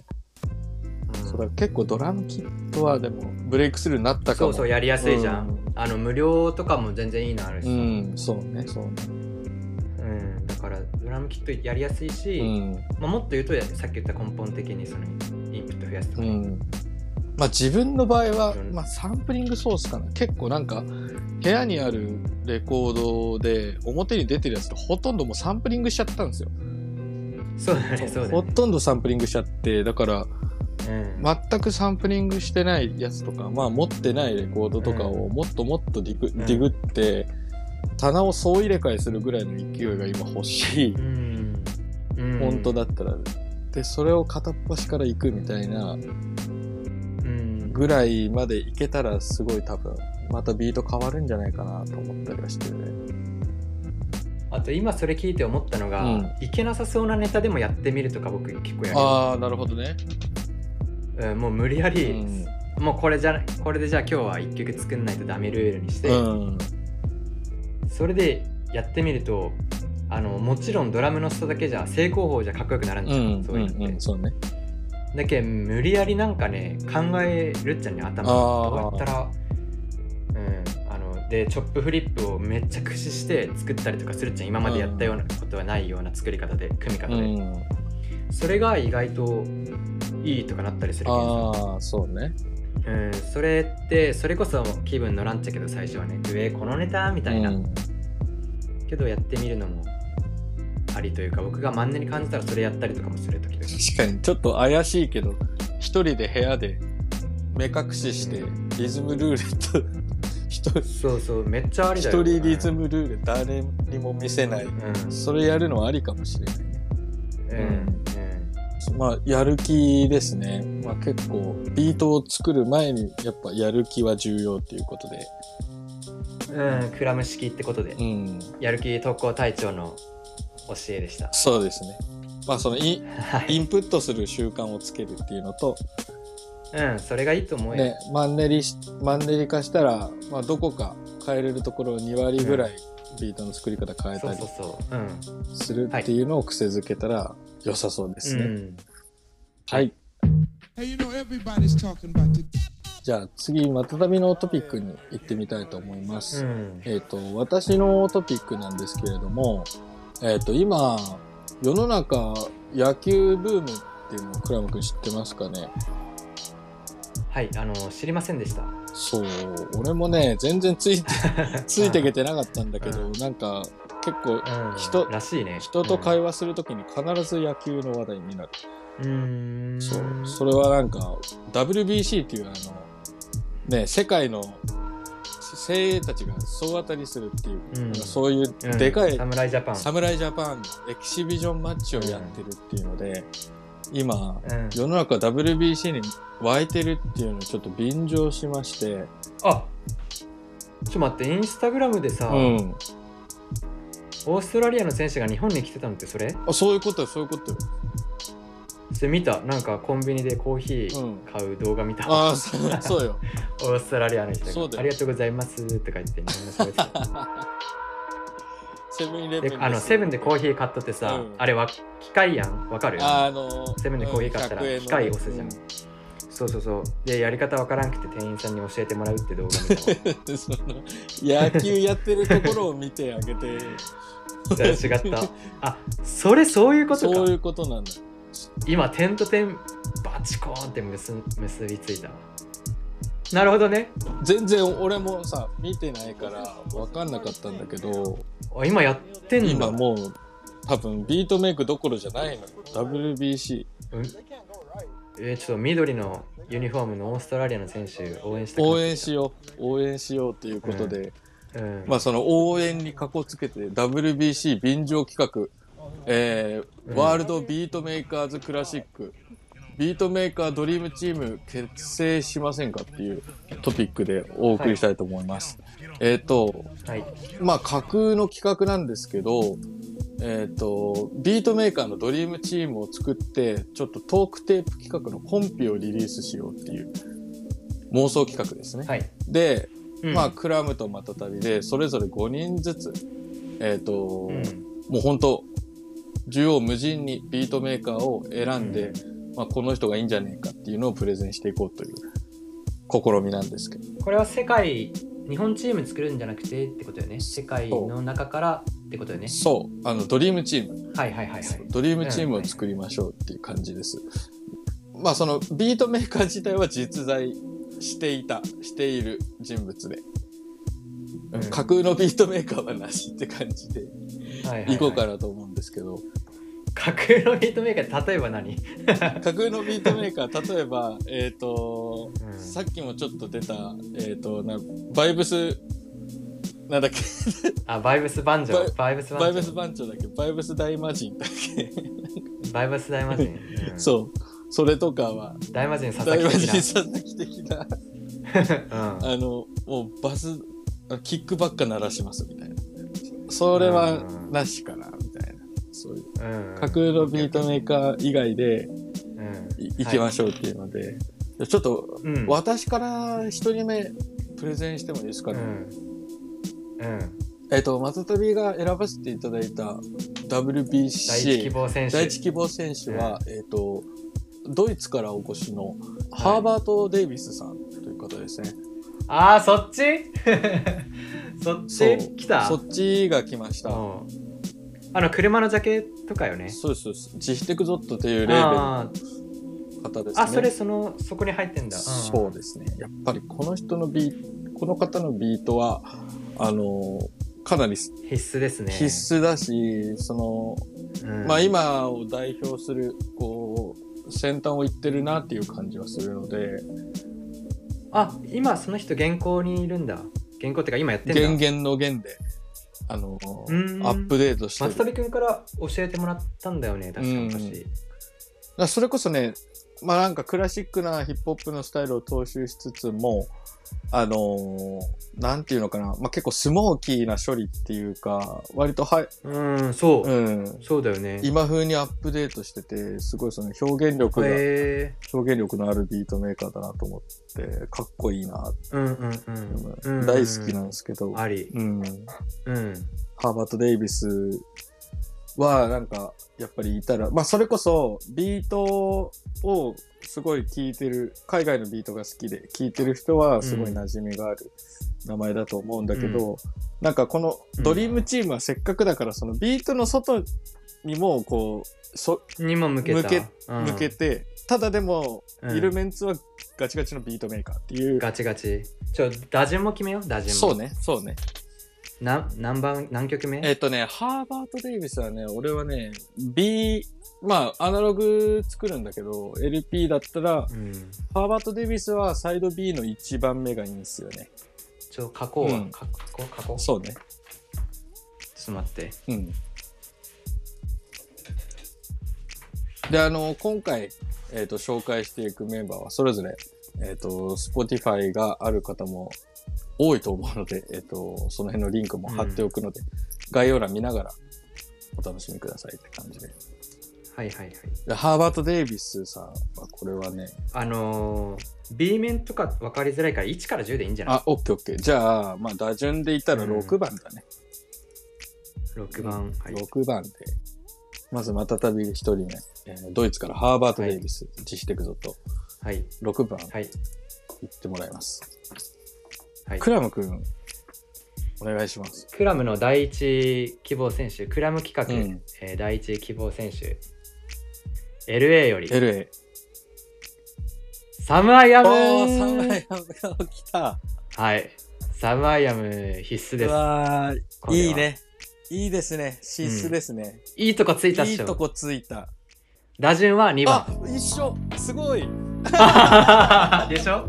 [SPEAKER 1] そうだ結構ドラムキットはでもブレイクスルーになったか
[SPEAKER 2] そ
[SPEAKER 1] も
[SPEAKER 2] うそうやりやすいじゃん、あの無料とかも全然いいのあるし、
[SPEAKER 1] う
[SPEAKER 2] うん
[SPEAKER 1] ん、うんそうねそうね
[SPEAKER 2] だからドラムキットやりやすいし、
[SPEAKER 1] うん
[SPEAKER 2] まあ、もっと言うとさっき言った根本的にそのインプット増やすと
[SPEAKER 1] う
[SPEAKER 2] か、
[SPEAKER 1] んまあ自分の場合は
[SPEAKER 2] う、ん
[SPEAKER 1] まあ、サンプリングソースかな結構なんか部屋にあるレコードで表に出てるやつってほとんどもうサンプリングしちゃったんですよ、
[SPEAKER 2] そうだねそうだ
[SPEAKER 1] ほ
[SPEAKER 2] ね
[SPEAKER 1] とんどサンプリングしちゃってだから
[SPEAKER 2] うん
[SPEAKER 1] 全くサンプリングしてないやつとか、まあ、持ってないレコードとかをもっともっとディグ,、
[SPEAKER 2] ん
[SPEAKER 1] ディグって棚を総入れ替えするぐらいの勢いが今欲しい
[SPEAKER 2] うんうん
[SPEAKER 1] 本当だったらでそれを片っ端から行くみたいな
[SPEAKER 2] うん
[SPEAKER 1] ぐらいまでいけたらすごい多分またビート変わるんじゃないかなと思ったりはしてね
[SPEAKER 2] あと今それ聞いて思ったのが、
[SPEAKER 1] うん
[SPEAKER 2] いけなさそうなネタでもやってみるとか僕結構やる
[SPEAKER 1] ああなるほどね、
[SPEAKER 2] うん、もう無理や
[SPEAKER 1] う
[SPEAKER 2] り、
[SPEAKER 1] ん
[SPEAKER 2] もうこれじゃこれでじゃあ今日は1曲作んないとダメルールにして、
[SPEAKER 1] うん、
[SPEAKER 2] それでやってみるとあのもちろんドラムの人だけじゃ正攻法じゃかっこよくならん
[SPEAKER 1] う
[SPEAKER 2] じゃん、
[SPEAKER 1] ん
[SPEAKER 2] そううい
[SPEAKER 1] ん
[SPEAKER 2] うのって、
[SPEAKER 1] うんそうね
[SPEAKER 2] だけん無理やりなんかね考えるっちゃね頭
[SPEAKER 1] あー
[SPEAKER 2] どうやったらうんあのでチョップフリップをめっちゃ駆使して作ったりとかするっちゃん今までやったようなことはないような作り方で組み方
[SPEAKER 1] う
[SPEAKER 2] で、
[SPEAKER 1] ん
[SPEAKER 2] それが意外といいとかなったりするけどさ
[SPEAKER 1] ああそうね
[SPEAKER 2] うん、それってそれこそ気分乗らんっちゃけど最初はね「うえこのネタ?」みたいな、
[SPEAKER 1] うん
[SPEAKER 2] けどやってみるのもありというか僕がマンネに感じたらそれやったりとかもする時々
[SPEAKER 1] 確かにちょっと怪しいけど一人で部屋で目隠ししてリズムルーレット 一人
[SPEAKER 2] そうそうめっちゃありだ
[SPEAKER 1] 一
[SPEAKER 2] よ
[SPEAKER 1] 人リズムルーレ誰にも見せないそれやるのはありかもしれないね
[SPEAKER 2] うんうん、うん
[SPEAKER 1] まあやる気ですね、まあ、結構ビートを作る前にやっぱやる気は重要っていうことで
[SPEAKER 2] うん、クラム式ってことで、
[SPEAKER 1] うん
[SPEAKER 2] やる気特攻隊長の教えでした。
[SPEAKER 1] そうですねまあそのイン
[SPEAKER 2] はい。
[SPEAKER 1] インプットする習慣をつけるっていうのと
[SPEAKER 2] うん、それがいいと思うよ。
[SPEAKER 1] ね、マンネリしマンネリ化したら、まあ、どこか変えれるところを2割ぐらいビートの作り方変え
[SPEAKER 2] そ
[SPEAKER 1] た
[SPEAKER 2] う
[SPEAKER 1] り
[SPEAKER 2] そうそう。うん。
[SPEAKER 1] するっていうのを癖づけたら良さそうですね。
[SPEAKER 2] うん、
[SPEAKER 1] はい。
[SPEAKER 3] Hey, you know, everybody's talking about the
[SPEAKER 1] じゃあ次、またたびのトピックに行ってみたいと思いま
[SPEAKER 2] う
[SPEAKER 1] す。
[SPEAKER 2] ん。
[SPEAKER 1] えっ、と、私のトピックなんですけれども、えっ、と、今、世の中野球ブームっていうのを倉山くん知ってますかね
[SPEAKER 2] はい、あの、知りませんで した。
[SPEAKER 1] そう、俺もね、全然ついて、ついてけてなかったんだけど、
[SPEAKER 2] うん
[SPEAKER 1] なんか結構
[SPEAKER 2] うん、
[SPEAKER 1] 人
[SPEAKER 2] らしいね。
[SPEAKER 1] 人と会話するときに必ず野球の話題になる、
[SPEAKER 2] うん。うん。
[SPEAKER 1] そうそれはなんか WBC っていうあのね世界の精鋭たちが総当たりするっていう、
[SPEAKER 2] うん
[SPEAKER 1] なんかそういう
[SPEAKER 2] うん
[SPEAKER 1] でかい
[SPEAKER 2] 侍ジャパン。
[SPEAKER 1] 侍ジャパンのエキシビジョンマッチをやってるっていうので、今
[SPEAKER 2] うん、
[SPEAKER 1] 世の中 WBC に湧いてるっていうのをちょっと便乗しまして、
[SPEAKER 2] あちょっと待って、インスタグラムでさ、
[SPEAKER 1] うん、
[SPEAKER 2] オーストラリアの選手が日本に来てたのってそれ
[SPEAKER 1] あそういうことよそういうことよ
[SPEAKER 2] それ見た。なんかコンビニでコーヒ
[SPEAKER 1] うん
[SPEAKER 2] ー買う動画見た。
[SPEAKER 1] ああそうそう よ
[SPEAKER 2] オーストラリアの人
[SPEAKER 1] そうだ
[SPEAKER 2] が「
[SPEAKER 1] よ
[SPEAKER 2] ありがとうございます」とか言ってみんなそうやって
[SPEAKER 1] セブンイレブン
[SPEAKER 2] であのセブンでコーヒー買っとってさ、
[SPEAKER 1] うん
[SPEAKER 2] あれは機械やんわかる
[SPEAKER 1] あの
[SPEAKER 2] セブンでコーヒー買ったら
[SPEAKER 1] うん100円の
[SPEAKER 2] 機械押すじゃんそうそうそうでやり方わからんくて店員さんに教えてもらうって動画見たわ
[SPEAKER 1] うん その野球やってるところを見てあげて
[SPEAKER 2] それ違ったあそれ そういうことか
[SPEAKER 1] そういうことなんだよ
[SPEAKER 2] 今点と点バチコーンって結ん結びついたわなるほどね
[SPEAKER 1] 全然俺もさ見てないから分かんなかったんだけど
[SPEAKER 2] あ今やってんだ
[SPEAKER 1] 今もう多分ビートメイクどころじゃないのよ WBC
[SPEAKER 2] うんえーちょっと緑のユニフォームのオーストラリアの選手応援して
[SPEAKER 1] 応援しよう応援しようということで、
[SPEAKER 2] うん、
[SPEAKER 1] まあその応援にかこつけて WBC 便乗企画、えーワールドビートメーカーズクラシックビートメーカードリームチーム結成しませんかっていうトピックでお送りしたいと思います。えっ、と、
[SPEAKER 2] はい
[SPEAKER 1] まあ架空の企画なんですけど、えっ、と、ビートメーカーのドリームチームを作って、ちょっとトークテープ企画のコンピをリリースしようっていう妄想企画ですね。
[SPEAKER 2] はい、
[SPEAKER 1] で、
[SPEAKER 2] うん
[SPEAKER 1] まあ、クラムとマタタビで、それぞれ5人ずつ、えっ、と、
[SPEAKER 2] うん
[SPEAKER 1] もう本当縦横無尽にビートメーカーを選んで、まあ、この人がいいんじゃねえかっていうのをプレゼンしていこうという試みなんですけど。
[SPEAKER 2] これは世界日本チーム作るんじゃなくてってことよね世界の中からってことよね
[SPEAKER 1] そう、あの、ドリームチーム。
[SPEAKER 2] はいはいはいはい
[SPEAKER 1] ドリームチームを作りましょうっていう感じです。まあそのビートメーカー自体は実在していたしている人物で、うん
[SPEAKER 2] うん
[SPEAKER 1] 架空のビートメーカーはなしって感じで
[SPEAKER 2] はいはいはい
[SPEAKER 1] こうかなと思うんですけど、
[SPEAKER 2] 架空のビートメーカー例えば何、
[SPEAKER 1] 架空のビートメーカー例えばえっ、と
[SPEAKER 2] うん
[SPEAKER 1] さっきもちょっと出たえっ、となバイブスなんだっけ
[SPEAKER 2] あバイブスバンジョーバイブス
[SPEAKER 1] バ
[SPEAKER 2] バ
[SPEAKER 1] イ
[SPEAKER 2] ンジ
[SPEAKER 1] ブス
[SPEAKER 2] ョー
[SPEAKER 1] 番長だっけバイブス大魔神だっけ、
[SPEAKER 2] バイブス大魔人、うん
[SPEAKER 1] そうそれとかは
[SPEAKER 2] 大魔人佐々
[SPEAKER 1] 大魔
[SPEAKER 2] 木
[SPEAKER 1] 神
[SPEAKER 2] 的
[SPEAKER 1] 佐々木的な
[SPEAKER 2] な、うん、
[SPEAKER 1] あのもうバスあキックばっか鳴らしますみたいなそれは
[SPEAKER 2] うん
[SPEAKER 1] なしかなみたいなそういう
[SPEAKER 2] うん
[SPEAKER 1] 架空のビートメーカー以外で
[SPEAKER 2] うん
[SPEAKER 1] いいきましょうっていうので、ちょっと
[SPEAKER 2] うん
[SPEAKER 1] 私から一人目プレゼンしてもいいですか
[SPEAKER 2] う
[SPEAKER 1] ね、
[SPEAKER 2] んうん
[SPEAKER 1] えっ、とまたたびが選ばせていただいた
[SPEAKER 2] 第一希
[SPEAKER 1] WBC
[SPEAKER 2] 望選手
[SPEAKER 1] 第一希望選手は、えっ、とドイツからお越しのハーバート・デイビスさんということですね、
[SPEAKER 2] ああそっち そっ
[SPEAKER 1] そう
[SPEAKER 2] ち来た
[SPEAKER 1] そっちが来ました、
[SPEAKER 2] うんあの車のジャケとかよね
[SPEAKER 1] そうですそうです。ジヒテクゾットというレーベルの
[SPEAKER 2] あー
[SPEAKER 1] 方ですね。
[SPEAKER 2] あそれそのそこに入ってんだ、うん
[SPEAKER 1] そうですね。やっぱりこの人のビート、この方のビートは、あの、かなり必
[SPEAKER 2] 必須ですね
[SPEAKER 1] 須だし、そ
[SPEAKER 2] 須、う
[SPEAKER 1] の、
[SPEAKER 2] ん
[SPEAKER 1] まあ今を代表する、こう、先端を行ってるなっていう感じはするので、
[SPEAKER 2] あ今その人現行にいるんだ現行ってか今やってんだ
[SPEAKER 1] 源源の源で、あの、
[SPEAKER 2] うん
[SPEAKER 1] アップデートしてる
[SPEAKER 2] 松。飛君から教えてもらったんだよね確か
[SPEAKER 1] うん
[SPEAKER 2] 昔、
[SPEAKER 1] だからそれこそね、まあなんかクラシックなヒップホップのスタイルを踏襲しつつも、あのーなんていうのかな、まあ結構スモーキーな処理っていうか、割とはい、
[SPEAKER 2] うん、そう、
[SPEAKER 1] うん、
[SPEAKER 2] そうだよね
[SPEAKER 1] 今風にアップデートしてて、すごいその表現力が、
[SPEAKER 2] へ
[SPEAKER 1] 表現力のあるビートメーカーだなと思って、かっこいいなって、
[SPEAKER 2] ーうんうんうんうんうん
[SPEAKER 1] 大好きなんですけど、
[SPEAKER 2] あり
[SPEAKER 1] うん、
[SPEAKER 2] うん
[SPEAKER 1] ハーバート・デイビスはなんかやっぱりいたら、まあそれこそビートをすごい聴いてる、海外のビートが好きで聴いてる人はすごい馴染みがある名前だと思うんだけど、なんかこのドリームチームはせっかくだからそのビートの外にもこう、そ
[SPEAKER 2] にも向けた
[SPEAKER 1] 向け
[SPEAKER 2] うん
[SPEAKER 1] 抜けて、ただでも
[SPEAKER 2] うん
[SPEAKER 1] いるメンツはガチガチのビートメーカーっていう。
[SPEAKER 2] ガチガチちょ打順も決めよう打順も
[SPEAKER 1] そうね、そうね。
[SPEAKER 2] な何番何曲目
[SPEAKER 1] えっとね、ハーバート・デイビスはね、俺はね、B、まあ、アナログ作るんだけど、LP だったら、
[SPEAKER 2] うん
[SPEAKER 1] ハーバート・デイビスはサイド B の1番目がいいんですよね。
[SPEAKER 2] ちょ書こう
[SPEAKER 1] う
[SPEAKER 2] は
[SPEAKER 1] ん
[SPEAKER 2] 書こう書こうちょ
[SPEAKER 1] そうね。
[SPEAKER 2] っと待って
[SPEAKER 1] うん。で、あの、今回、えっ、と、紹介していくメンバーは、それぞれ、えっ、と、Spotify がある方も多いと思うので、えっ、と、その辺のリンクも貼っておくので、概要欄見ながらお楽しみくださいって感じで。
[SPEAKER 2] はいはいはい
[SPEAKER 1] でハーバート・デイビスさんはこれはね、
[SPEAKER 2] あのー、B 面とか分かりづらいから1から10でいいんじゃない
[SPEAKER 1] あ、オッケーオッケー。じゃあ、まあ、打順で言ったら
[SPEAKER 2] うん
[SPEAKER 1] 6番だね。
[SPEAKER 2] ?6 番、はい、
[SPEAKER 1] 6番で。まず、またたび1人目、えードイツからハーバート・デイビス、自費テクゾと
[SPEAKER 2] はい
[SPEAKER 1] 6番
[SPEAKER 2] はい
[SPEAKER 1] 言ってもらいます。
[SPEAKER 2] はい
[SPEAKER 1] クラム君、お願いします。
[SPEAKER 2] クラムの第一希望選手クラム企画、
[SPEAKER 1] うん
[SPEAKER 2] えー第一希望選手 LA より
[SPEAKER 1] LA。
[SPEAKER 2] サムアイア
[SPEAKER 1] お
[SPEAKER 2] ム
[SPEAKER 1] ー、サムライアムが来た。
[SPEAKER 2] はいサムアイアム必須で
[SPEAKER 1] う
[SPEAKER 2] す
[SPEAKER 1] わー
[SPEAKER 2] これはい
[SPEAKER 1] いね。いいですね。進出ですね。
[SPEAKER 2] いいとこついたっ
[SPEAKER 1] いい
[SPEAKER 2] し
[SPEAKER 1] と
[SPEAKER 2] ょ
[SPEAKER 1] こついた。
[SPEAKER 2] 打順は2
[SPEAKER 1] あ
[SPEAKER 2] 番、
[SPEAKER 1] 一緒すごい
[SPEAKER 2] でしょ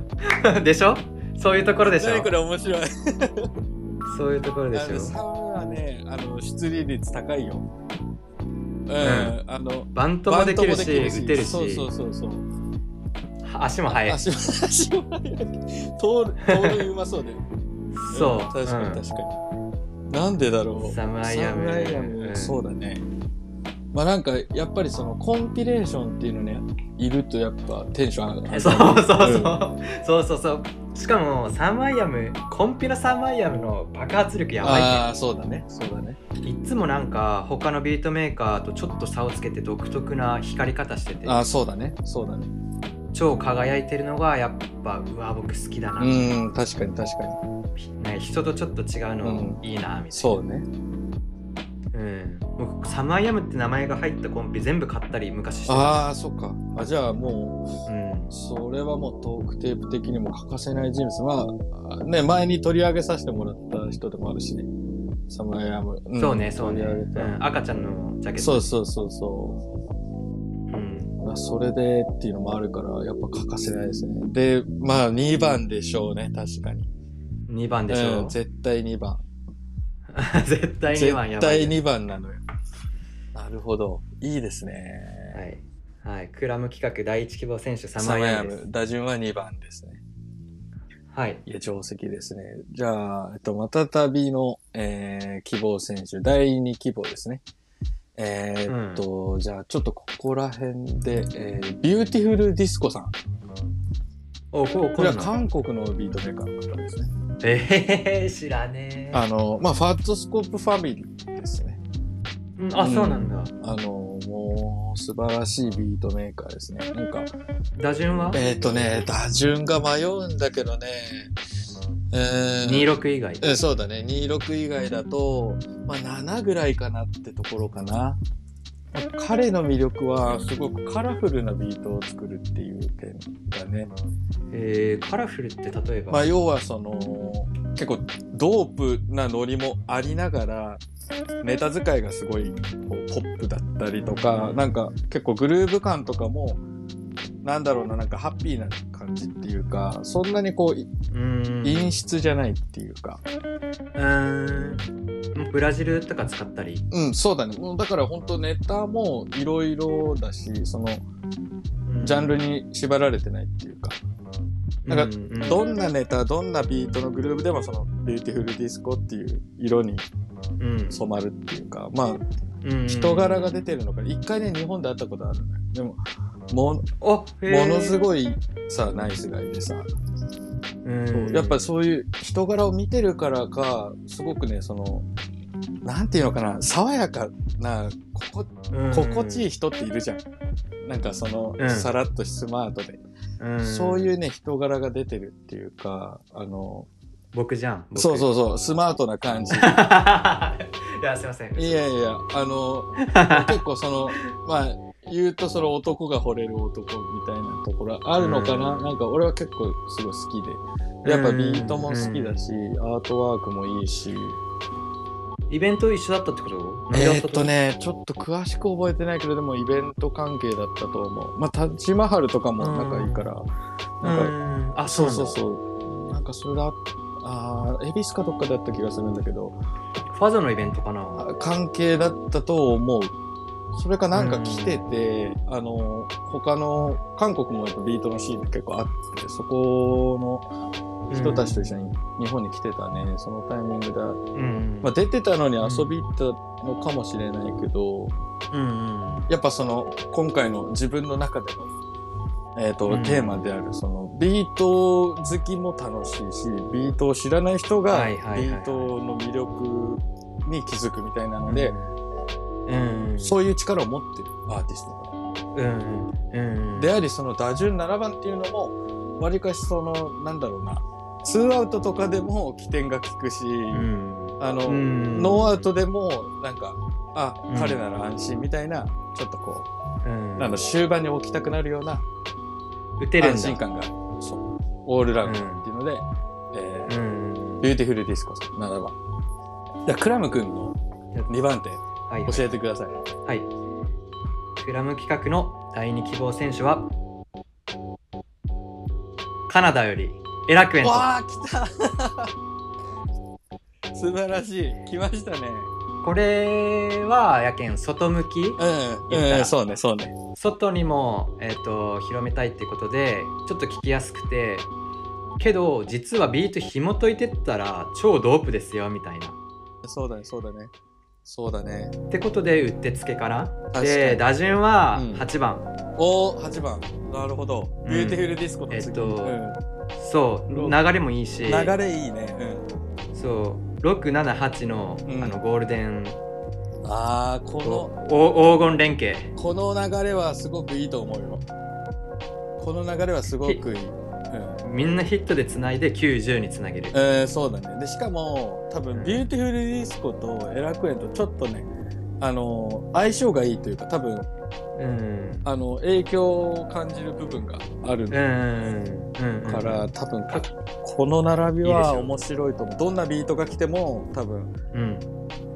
[SPEAKER 2] でしょそういうところでしょ
[SPEAKER 1] 何これ面白い。
[SPEAKER 2] そういうところでし
[SPEAKER 1] あのサ
[SPEAKER 2] ょ
[SPEAKER 1] ムはね、あの出塁率高いよ。うん、
[SPEAKER 2] ん
[SPEAKER 1] あの
[SPEAKER 2] バントもできるし打てるし
[SPEAKER 1] そうそうそうそう。
[SPEAKER 2] 足も速い
[SPEAKER 1] 足も足も速い。盗塁盗塁うまそうで。
[SPEAKER 2] そう、
[SPEAKER 1] ん確か
[SPEAKER 2] うん
[SPEAKER 1] に確かに。なんでだろう。
[SPEAKER 2] サムアイアム
[SPEAKER 1] サムアム
[SPEAKER 2] うん
[SPEAKER 1] そうだね。まあなんかやっぱりそのコンピレーションっていうのねいるとやっぱテンション上がる。
[SPEAKER 2] そうそうそう、そうそうそうしかもサンマイアムコンピのサンマイアムの爆発力やば
[SPEAKER 1] ああそうだねそうだね。
[SPEAKER 2] いけんいっつもなんか他のビートメーカーとちょっと差をつけて独特な光り方してて
[SPEAKER 1] ああそうだねそうだね。
[SPEAKER 2] 超輝いてるのがやっぱうわ僕好きだな、
[SPEAKER 1] うーん確かに確かに
[SPEAKER 2] ね人とちょっと違うのいいなみたいな
[SPEAKER 1] そうね。
[SPEAKER 2] うんもうサムアイアムって名前が入ったコンビ全部買ったり昔してた、
[SPEAKER 1] ああ、そっか。あじゃあも
[SPEAKER 2] うん
[SPEAKER 1] う、、それはもうトークテープ的にも欠かせない人物。まあ、ね、前に取り上げさせてもらった人でもあるしね。サムライアム。ん
[SPEAKER 2] そうねそうね、
[SPEAKER 1] 取り上げ
[SPEAKER 2] う
[SPEAKER 1] た
[SPEAKER 2] ん、赤ちゃんのジャケット
[SPEAKER 1] そうそうそうそ
[SPEAKER 2] うん、
[SPEAKER 1] う。まあそれでっていうのもあるから、やっぱ欠かせないですね。で、まあ2番でしょうね、確かに。
[SPEAKER 2] 2番でしょ、
[SPEAKER 1] うん、絶対2番。
[SPEAKER 2] 絶対2番や
[SPEAKER 1] 絶
[SPEAKER 2] ばい
[SPEAKER 1] 対2番なのよ。なるほど。いいですね。
[SPEAKER 2] はい、はい、クラム企画第1希望選手サム
[SPEAKER 1] サ
[SPEAKER 2] ア
[SPEAKER 1] ム
[SPEAKER 2] イ
[SPEAKER 1] ライ
[SPEAKER 2] ア
[SPEAKER 1] ア
[SPEAKER 2] ムです
[SPEAKER 1] ム、打順は2番ですね。
[SPEAKER 2] はい
[SPEAKER 1] いや、定石ですね。じゃあ、えっと、またたびの、えー、希望選手、第2希望ですね。えーっと、じゃあ、ちょっとここら辺で、えー、ビューティフルディスコさん。
[SPEAKER 2] おこう
[SPEAKER 1] こ
[SPEAKER 2] こん
[SPEAKER 1] れ
[SPEAKER 2] な
[SPEAKER 1] は
[SPEAKER 2] ん
[SPEAKER 1] 韓国のビートメーカーの方ですね。
[SPEAKER 2] えー、知らねえ
[SPEAKER 1] あの、まあ、ファットスコープファミリーですね。
[SPEAKER 2] うんあそうなんだ
[SPEAKER 1] あの、もう、素晴らしいビートメーカーですね。なんか、
[SPEAKER 2] 打順は
[SPEAKER 1] えーっとね、打順が迷うんだけどね、えー、
[SPEAKER 2] 26以外
[SPEAKER 1] えーそうだね26以外だと、まあ、7ぐらいかなってところかなまあ彼の魅力はすごくカラフルなビートを作るっていう点だね、
[SPEAKER 2] えー、カラフルって例えば、
[SPEAKER 1] まあ、要はその結構ドープなノリもありながらネタ使いがすごいこうポップだったりとかなんか結構グルーヴ感とかもなんだろうななんかハッピーな感じっていうかそんなにこう
[SPEAKER 2] うーん
[SPEAKER 1] 陰湿じゃないっていうか
[SPEAKER 2] うーんブラジルとか使ったり、
[SPEAKER 1] うん、そうだね。もうだから本当ネタもいろいろだし、そのジャンルに縛られてないっていうか、
[SPEAKER 2] ル
[SPEAKER 1] なんか
[SPEAKER 2] か
[SPEAKER 1] どんなネタ、どんなビートのグループでもそのビューティフルディスコっていう色に
[SPEAKER 2] うん
[SPEAKER 1] 染まるっていうか、まあ
[SPEAKER 2] うん
[SPEAKER 1] 人柄が出てるのか、一回ね、日本で会ったことあるのよ。でも、も、
[SPEAKER 2] あ
[SPEAKER 1] ものす
[SPEAKER 2] い、
[SPEAKER 1] ごいさ、ナイスガイでさ、
[SPEAKER 2] うん
[SPEAKER 1] そうやっぱそういう人柄を見てるからか、すごくね、その、なんていうのかな、爽やかな、ここ
[SPEAKER 2] うん
[SPEAKER 1] 心地いい人っているじゃん。なんかその、
[SPEAKER 2] うん
[SPEAKER 1] さらっとスマートで、
[SPEAKER 2] うん
[SPEAKER 1] そういうね、人柄が出てるっていうか、あの、
[SPEAKER 2] 僕じゃん僕
[SPEAKER 1] そうそうそう、スマートな感 じ。い
[SPEAKER 2] いやすいません
[SPEAKER 1] やいや、あの、結構その、まあ、言うとその男が惚れる男みたいなところあるのかな、
[SPEAKER 2] うん
[SPEAKER 1] なんか俺は結構すごい好きで。やっぱビートも好きだし、アートワークもいいし。
[SPEAKER 2] イベント一緒だったってこと
[SPEAKER 1] えーっとね、ちょっと詳しく覚えてないけど、でもイベント関係だったと思う。まあ、タッチマハルとかも仲いいから、な
[SPEAKER 2] な
[SPEAKER 1] んか、
[SPEAKER 2] んかあそ
[SPEAKER 1] そうう
[SPEAKER 2] なん
[SPEAKER 1] そ
[SPEAKER 2] だ
[SPEAKER 1] うそう。なんかそれが、あー恵比寿かどっかだった気がするんだけど、
[SPEAKER 2] ファザのイベントかな
[SPEAKER 1] あ関係だったと思う。それかなんか来てて、あの、他の、韓国もやっぱビートのシーンって結構あって、そこの人たちと一緒に日本に来てたね、そのタイミングだ
[SPEAKER 2] うん
[SPEAKER 1] まあ、出てたのに遊び行ったのかもしれないけど、
[SPEAKER 2] うんうん
[SPEAKER 1] やっぱその今回の自分の中での、えーと
[SPEAKER 2] うん
[SPEAKER 1] テーマであるそのビート好きも楽しいしビートを知らない人が
[SPEAKER 2] は
[SPEAKER 1] ビ
[SPEAKER 2] いはいはいはい
[SPEAKER 1] ートの魅力に気づくみたいなので、
[SPEAKER 2] うん
[SPEAKER 1] そういう力を持ってるアーティストだ
[SPEAKER 2] うんうんうん
[SPEAKER 1] でありその打順7番っていうのもわりかしそのなんだろうなツーアウトとかでも起点が効くし、
[SPEAKER 2] うん
[SPEAKER 1] あの、
[SPEAKER 2] うん
[SPEAKER 1] ノーアウトでもなんかあ、
[SPEAKER 2] うん
[SPEAKER 1] 彼なら安心みたいなちょっとこう
[SPEAKER 2] うん
[SPEAKER 1] なんだ終盤に置きたくなるような
[SPEAKER 2] 打てるんだ
[SPEAKER 1] 安心感があるそうオールラウンドっていうので、え
[SPEAKER 2] う
[SPEAKER 1] ー
[SPEAKER 2] ん
[SPEAKER 1] ビューティフルディスコさん7番じゃあクラム君の2番手
[SPEAKER 2] はい
[SPEAKER 1] 教えてください
[SPEAKER 2] はいクラム企画の第二希望選手はカナダよりエラクエント
[SPEAKER 1] わあ来た 素晴らしい来ましたね
[SPEAKER 2] これはやけん外向き
[SPEAKER 1] うん、
[SPEAKER 2] 言った
[SPEAKER 1] うん、
[SPEAKER 2] ら
[SPEAKER 1] そうねそうね
[SPEAKER 2] 外にも、えー、と広めたいってことでちょっと聞きやすくてけど実はビート紐解いてったら超ドープですよみたいな。
[SPEAKER 1] そうだねそうだねそうだね
[SPEAKER 2] ってことでうってつけから
[SPEAKER 1] かに
[SPEAKER 2] で打順は
[SPEAKER 1] うん
[SPEAKER 2] 8番、
[SPEAKER 1] おお8番なるほど
[SPEAKER 2] うん
[SPEAKER 1] ビューティフルディスコの次、
[SPEAKER 2] えっと
[SPEAKER 1] うん
[SPEAKER 2] そう
[SPEAKER 1] ロ
[SPEAKER 2] 流れもいいし
[SPEAKER 1] 流れいいね、うん
[SPEAKER 2] そう678の,、
[SPEAKER 1] うん
[SPEAKER 2] あのゴールデン
[SPEAKER 1] ああこの
[SPEAKER 2] お黄金連携
[SPEAKER 1] この流れはすごくいいと思うよ。この流れはすごくいい。うん
[SPEAKER 2] みんなヒットでつないで90につなげる、
[SPEAKER 1] えーそうだね。で、しかも、多
[SPEAKER 2] うん
[SPEAKER 1] 分、ビューティフルディスコとエラクエント、ちょっとね、あの相性がいいというか多分
[SPEAKER 2] うん
[SPEAKER 1] あの影響を感じる部分がある
[SPEAKER 2] うんうんうんうん
[SPEAKER 1] から、多分ここの並びはい
[SPEAKER 2] いですよ
[SPEAKER 1] 面白いと思うどんなビートが来ても多分
[SPEAKER 2] うん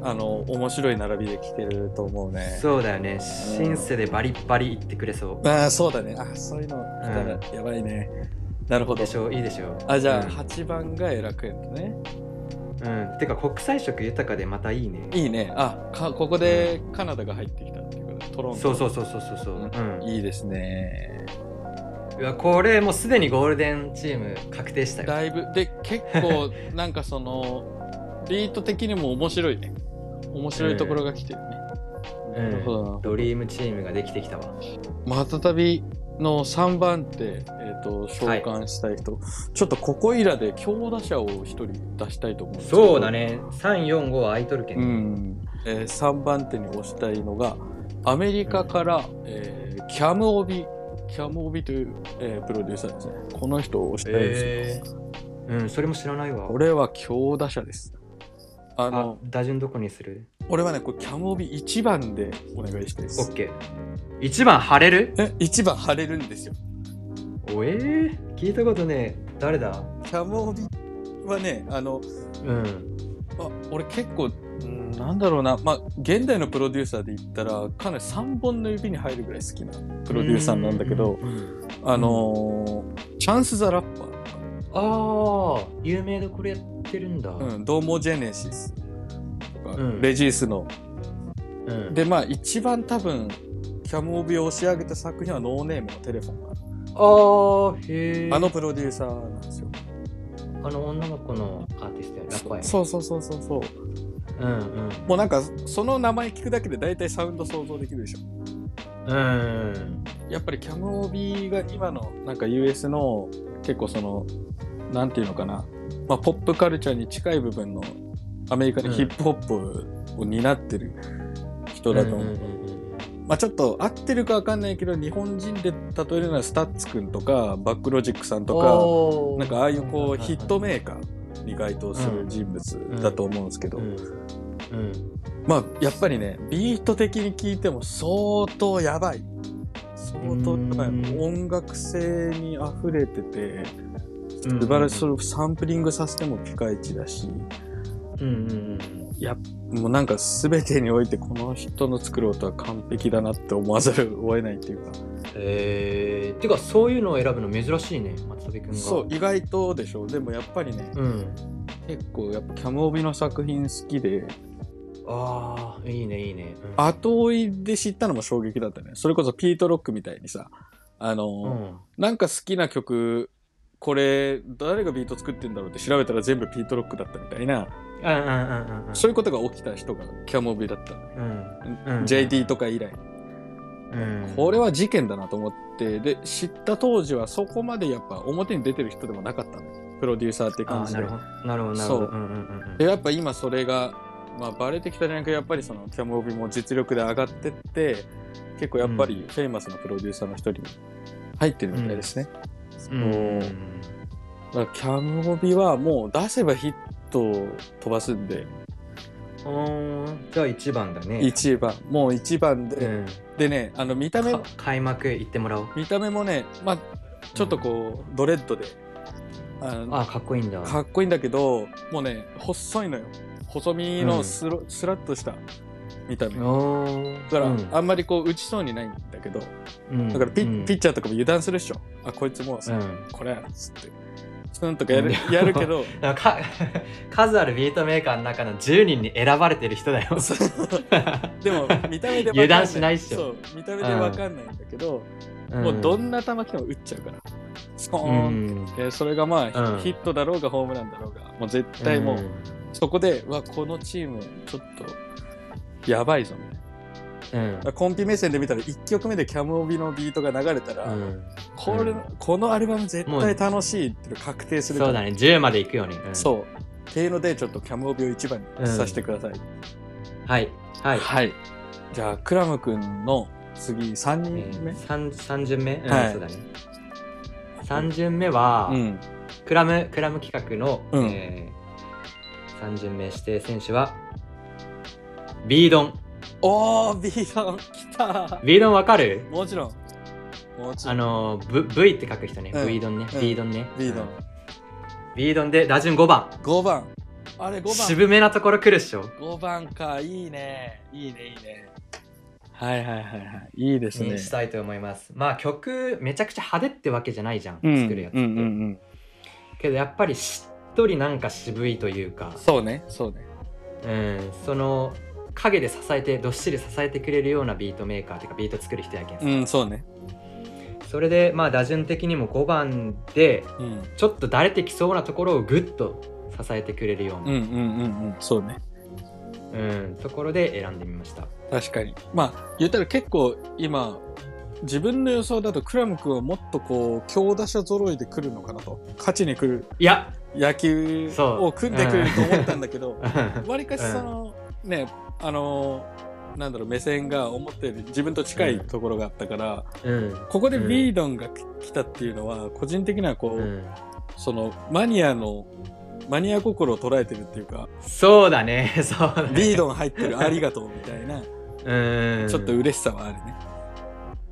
[SPEAKER 1] あの面白い並びで聴けると思うね
[SPEAKER 2] そうだよねシンセでバリッバリ言ってくれそ
[SPEAKER 1] ああそうだねあそういうの来たらやばいね、なるほ
[SPEAKER 2] う
[SPEAKER 1] ど
[SPEAKER 2] でしょいいでしょ
[SPEAKER 1] あじゃあ、8番がエラクエントね
[SPEAKER 2] うん、うん、てか国際色豊かでまたいいね
[SPEAKER 1] いいねあかここでカナダが入ってきたっていうことだトロント
[SPEAKER 2] そうそうそうそうそうそう、うん
[SPEAKER 1] いいですね
[SPEAKER 2] うわこれもうすでにゴールデンチーム確定したよ
[SPEAKER 1] だいぶで結 構なんかそのビート的にも面白いね面白いところが来てるね、
[SPEAKER 2] うん
[SPEAKER 1] なるほどな
[SPEAKER 2] ドリームチームができてきたわ
[SPEAKER 1] またたびの3番手、えー、と召喚したい人、ちょっとここいらで強打者を1人出したいと思うんですけど
[SPEAKER 2] そうだね345は空いとるけん、
[SPEAKER 1] うんえー、3番手に押したいのがアメリカから、えーキャム・オビキャム・オビという、えープロデューサーですねこの人を押したいです、
[SPEAKER 2] えーうんそれも知らないわ
[SPEAKER 1] これは強打者ですあ
[SPEAKER 2] あ
[SPEAKER 1] の
[SPEAKER 2] 打順どこにする
[SPEAKER 1] 俺はねこれキャム・オビ1番でお願いしたいです
[SPEAKER 2] ?OK1 番晴れる
[SPEAKER 1] え1番張れるんですよ
[SPEAKER 2] おえー、聞いたことねえ誰だ
[SPEAKER 1] キャム・オビはねあの
[SPEAKER 2] うん
[SPEAKER 1] あ俺結構うんなんだろうな、まあ、現代のプロデューサーで言ったらかなり3本の指に入るぐらい好きなプロデューサーなんだけど、
[SPEAKER 2] うんうん
[SPEAKER 1] あのーチャンス・ザ・ラッパー
[SPEAKER 2] ああ有名でこれやってるんだう
[SPEAKER 1] うん、ドーモジェネシスとか、
[SPEAKER 2] うん
[SPEAKER 1] レジースの。
[SPEAKER 2] うん
[SPEAKER 1] で、まあ、一番多分、キャムオビを押し上げた作品はノーネームのテレフォンか
[SPEAKER 2] ああへえ
[SPEAKER 1] なあのプロデューサーなんですよ。
[SPEAKER 2] あの女の子のアーティストやラッパーや
[SPEAKER 1] そうそうそうそうそう。
[SPEAKER 2] うんうん
[SPEAKER 1] もうなんか、その名前聞くだけで大体サウンド想像できるでしょ。
[SPEAKER 2] うん
[SPEAKER 1] やっぱりキャムオビが今の、なんか US の結構その、なんていうのかな、まあ、ポップカルチャーに近い部分のアメリカのヒップホップを担ってる人だと思う。
[SPEAKER 2] んんうん
[SPEAKER 1] まあ、ちょっと合ってるかわかんないけど日本人で例えるならスタッツくんとかバックロジックさんとか
[SPEAKER 2] おー
[SPEAKER 1] なんかああいうこうヒット
[SPEAKER 2] は
[SPEAKER 1] メーカーに該当する人物だと思うんですけど、
[SPEAKER 2] いはいはいうん
[SPEAKER 1] まあやっぱりねビート的に聞いても相当やばい相当やばい
[SPEAKER 2] うん
[SPEAKER 1] 音楽性にあふれてて
[SPEAKER 2] うんうん
[SPEAKER 1] 素晴らしいそれをサンプリングさせてもピカイチだし
[SPEAKER 2] うんうんうん
[SPEAKER 1] もうなんか全てにおいてこの人の作る音は完璧だなって思わざるを得ないっていうか。
[SPEAKER 2] えー、てかそういうのを選ぶの珍しいね松田君が
[SPEAKER 1] そう意外とでしょでもやっぱりね
[SPEAKER 2] うん
[SPEAKER 1] 結構やっぱキャムオビの作品好きで
[SPEAKER 2] ああいいねいいね、うん、
[SPEAKER 1] 後追いで知ったのも衝撃だったねそれこそピート・ロックみたいにさあの
[SPEAKER 2] う
[SPEAKER 1] ー、
[SPEAKER 2] ん
[SPEAKER 1] なんか好きな曲これ誰がビート作ってんだろうって調べたら全部ピート・ロックだったみたいな、
[SPEAKER 2] うんうんうんうん
[SPEAKER 1] そういうことが起きた人がキャムオビだった、
[SPEAKER 2] うんうん
[SPEAKER 1] JD とか以来、
[SPEAKER 2] うん
[SPEAKER 1] これは事件だなと思ってで知った当時はそこまでやっぱ表に出てる人でもなかったのよプロデューサーって
[SPEAKER 2] あ
[SPEAKER 1] 感
[SPEAKER 2] ー
[SPEAKER 1] じ
[SPEAKER 2] な
[SPEAKER 1] で
[SPEAKER 2] るほどなるほどなる
[SPEAKER 1] そ
[SPEAKER 2] ほ
[SPEAKER 1] う
[SPEAKER 2] どうんうんうんうん
[SPEAKER 1] でやっぱ今それが、まあ、バレてきたじゃなくてやっぱりそのキャム・オビも実力で上がってって結構やっぱりフェイマスなプロデューサーの一人に入ってるみたいですね、
[SPEAKER 2] うんうん
[SPEAKER 1] だからキャム・オビはもう出せばヒットを飛ばすんで
[SPEAKER 2] うんあーじゃあ一番だね
[SPEAKER 1] 1番もう1番で、
[SPEAKER 2] うん
[SPEAKER 1] でねあの見た目
[SPEAKER 2] か開幕行ってもらおう
[SPEAKER 1] 見た目もね、まあ、ちょっとこう、ドレッドであの
[SPEAKER 2] あーかっこいいんだ
[SPEAKER 1] かっこいいんだけどもうね細いのよ細身のスロ、スラッとした見た目だ
[SPEAKER 2] おー
[SPEAKER 1] から、
[SPEAKER 2] うん
[SPEAKER 1] あんまりこう打ちそうにないんだけど
[SPEAKER 2] うん
[SPEAKER 1] だからピ,、
[SPEAKER 2] うん
[SPEAKER 1] ピッチャーとかも油断するでしょ。あ、こいつもうさ、
[SPEAKER 2] うん
[SPEAKER 1] これやっつって。スンとかやるやるけ ど、
[SPEAKER 2] なんかか数あるビートメーカーの中の10人に選ばれてる人だよ。
[SPEAKER 1] でも見た目でわかん
[SPEAKER 2] 油断しないっしょ
[SPEAKER 1] そう、見た目でわかんないんだけど、もうどんな球来ても打っちゃうから。スコー
[SPEAKER 2] う
[SPEAKER 1] ン、
[SPEAKER 2] ん
[SPEAKER 1] でそれがまあ、
[SPEAKER 2] うん
[SPEAKER 1] ヒットだろうがホームランだろうが、もう絶対もう、そこで、うわ、このチーム、ちょっと、やばいぞみたいな。
[SPEAKER 2] うん
[SPEAKER 1] だからコンピ目線で見たら、1曲目でキャムオビのビートが流れたら、
[SPEAKER 2] うん
[SPEAKER 1] これ
[SPEAKER 2] うん
[SPEAKER 1] このアルバム絶対楽しいっていうの確定するか
[SPEAKER 2] そ
[SPEAKER 1] ら
[SPEAKER 2] うだね、10まで行くよね。うん
[SPEAKER 1] そう。っていうので、ちょっとキャムオビを一番にさせてください。
[SPEAKER 2] はい。はい。
[SPEAKER 1] はい。じゃあ、クラム君の次、3
[SPEAKER 2] え
[SPEAKER 1] 人目、
[SPEAKER 2] ー三三巡目うん
[SPEAKER 1] はい
[SPEAKER 2] そうだね。3巡目は、
[SPEAKER 1] うん。
[SPEAKER 2] クラム、クラム企画の
[SPEAKER 1] うん
[SPEAKER 2] えー三巡目指定選手は、ビードン。
[SPEAKER 1] おー、ビーガン、来た
[SPEAKER 2] ビードンわかる
[SPEAKER 1] もちろん。もちろん。
[SPEAKER 2] あの、ブ V って書く人ね。
[SPEAKER 1] うん
[SPEAKER 2] ビードンね。
[SPEAKER 1] うん
[SPEAKER 2] ビードンね。
[SPEAKER 1] ビードン
[SPEAKER 2] うん。ビードンで打順5番。
[SPEAKER 1] 5番。あれ、5番。
[SPEAKER 2] 渋めなところ来るっしょ。
[SPEAKER 1] 5番か。いいね。いいね、いいね。はいはいはいはい。いいですね
[SPEAKER 2] に。したいと思います。まあ曲めちゃくちゃ派手ってわけじゃないじゃん。
[SPEAKER 1] うん
[SPEAKER 2] 作るやつって。
[SPEAKER 1] うんうんうん。
[SPEAKER 2] けどやっぱりしっとりなんか渋いというか、
[SPEAKER 1] そうね、そうね。
[SPEAKER 2] うん、その影で支えてどっしり支えてくれるようなビートメーカーというかビート作る人やけんさ、
[SPEAKER 1] うん、そうね。
[SPEAKER 2] それでまあ打順的にも5番で
[SPEAKER 1] うん。
[SPEAKER 2] ちょっとだれてきそうなところをグッと支えてくれるよう
[SPEAKER 1] うん
[SPEAKER 2] な、
[SPEAKER 1] うんうんうん。そうね。
[SPEAKER 2] うんところで選んでみました
[SPEAKER 1] 確かに。まあ、言ったら結構今、自分の予想だとクラム君はもっとこう、強打者揃いで来るのかなと。勝ちに来る
[SPEAKER 2] いや
[SPEAKER 1] 野球
[SPEAKER 2] そう
[SPEAKER 1] を組んでくれると思ったんだけど、 わりかし
[SPEAKER 2] うん
[SPEAKER 1] その、ねあのなんだろう目線が思ったより自分と近いところがあったから、
[SPEAKER 2] うん
[SPEAKER 1] ここで
[SPEAKER 2] うん
[SPEAKER 1] ビードンが来来たっていうのは個人的にはこう、
[SPEAKER 2] うん
[SPEAKER 1] そのマニアのマニア心を捉えてるっていうか
[SPEAKER 2] そうだね そうだね
[SPEAKER 1] ビードン入ってるありがとうみたいな
[SPEAKER 2] うん
[SPEAKER 1] ちょっと嬉しさはあるね。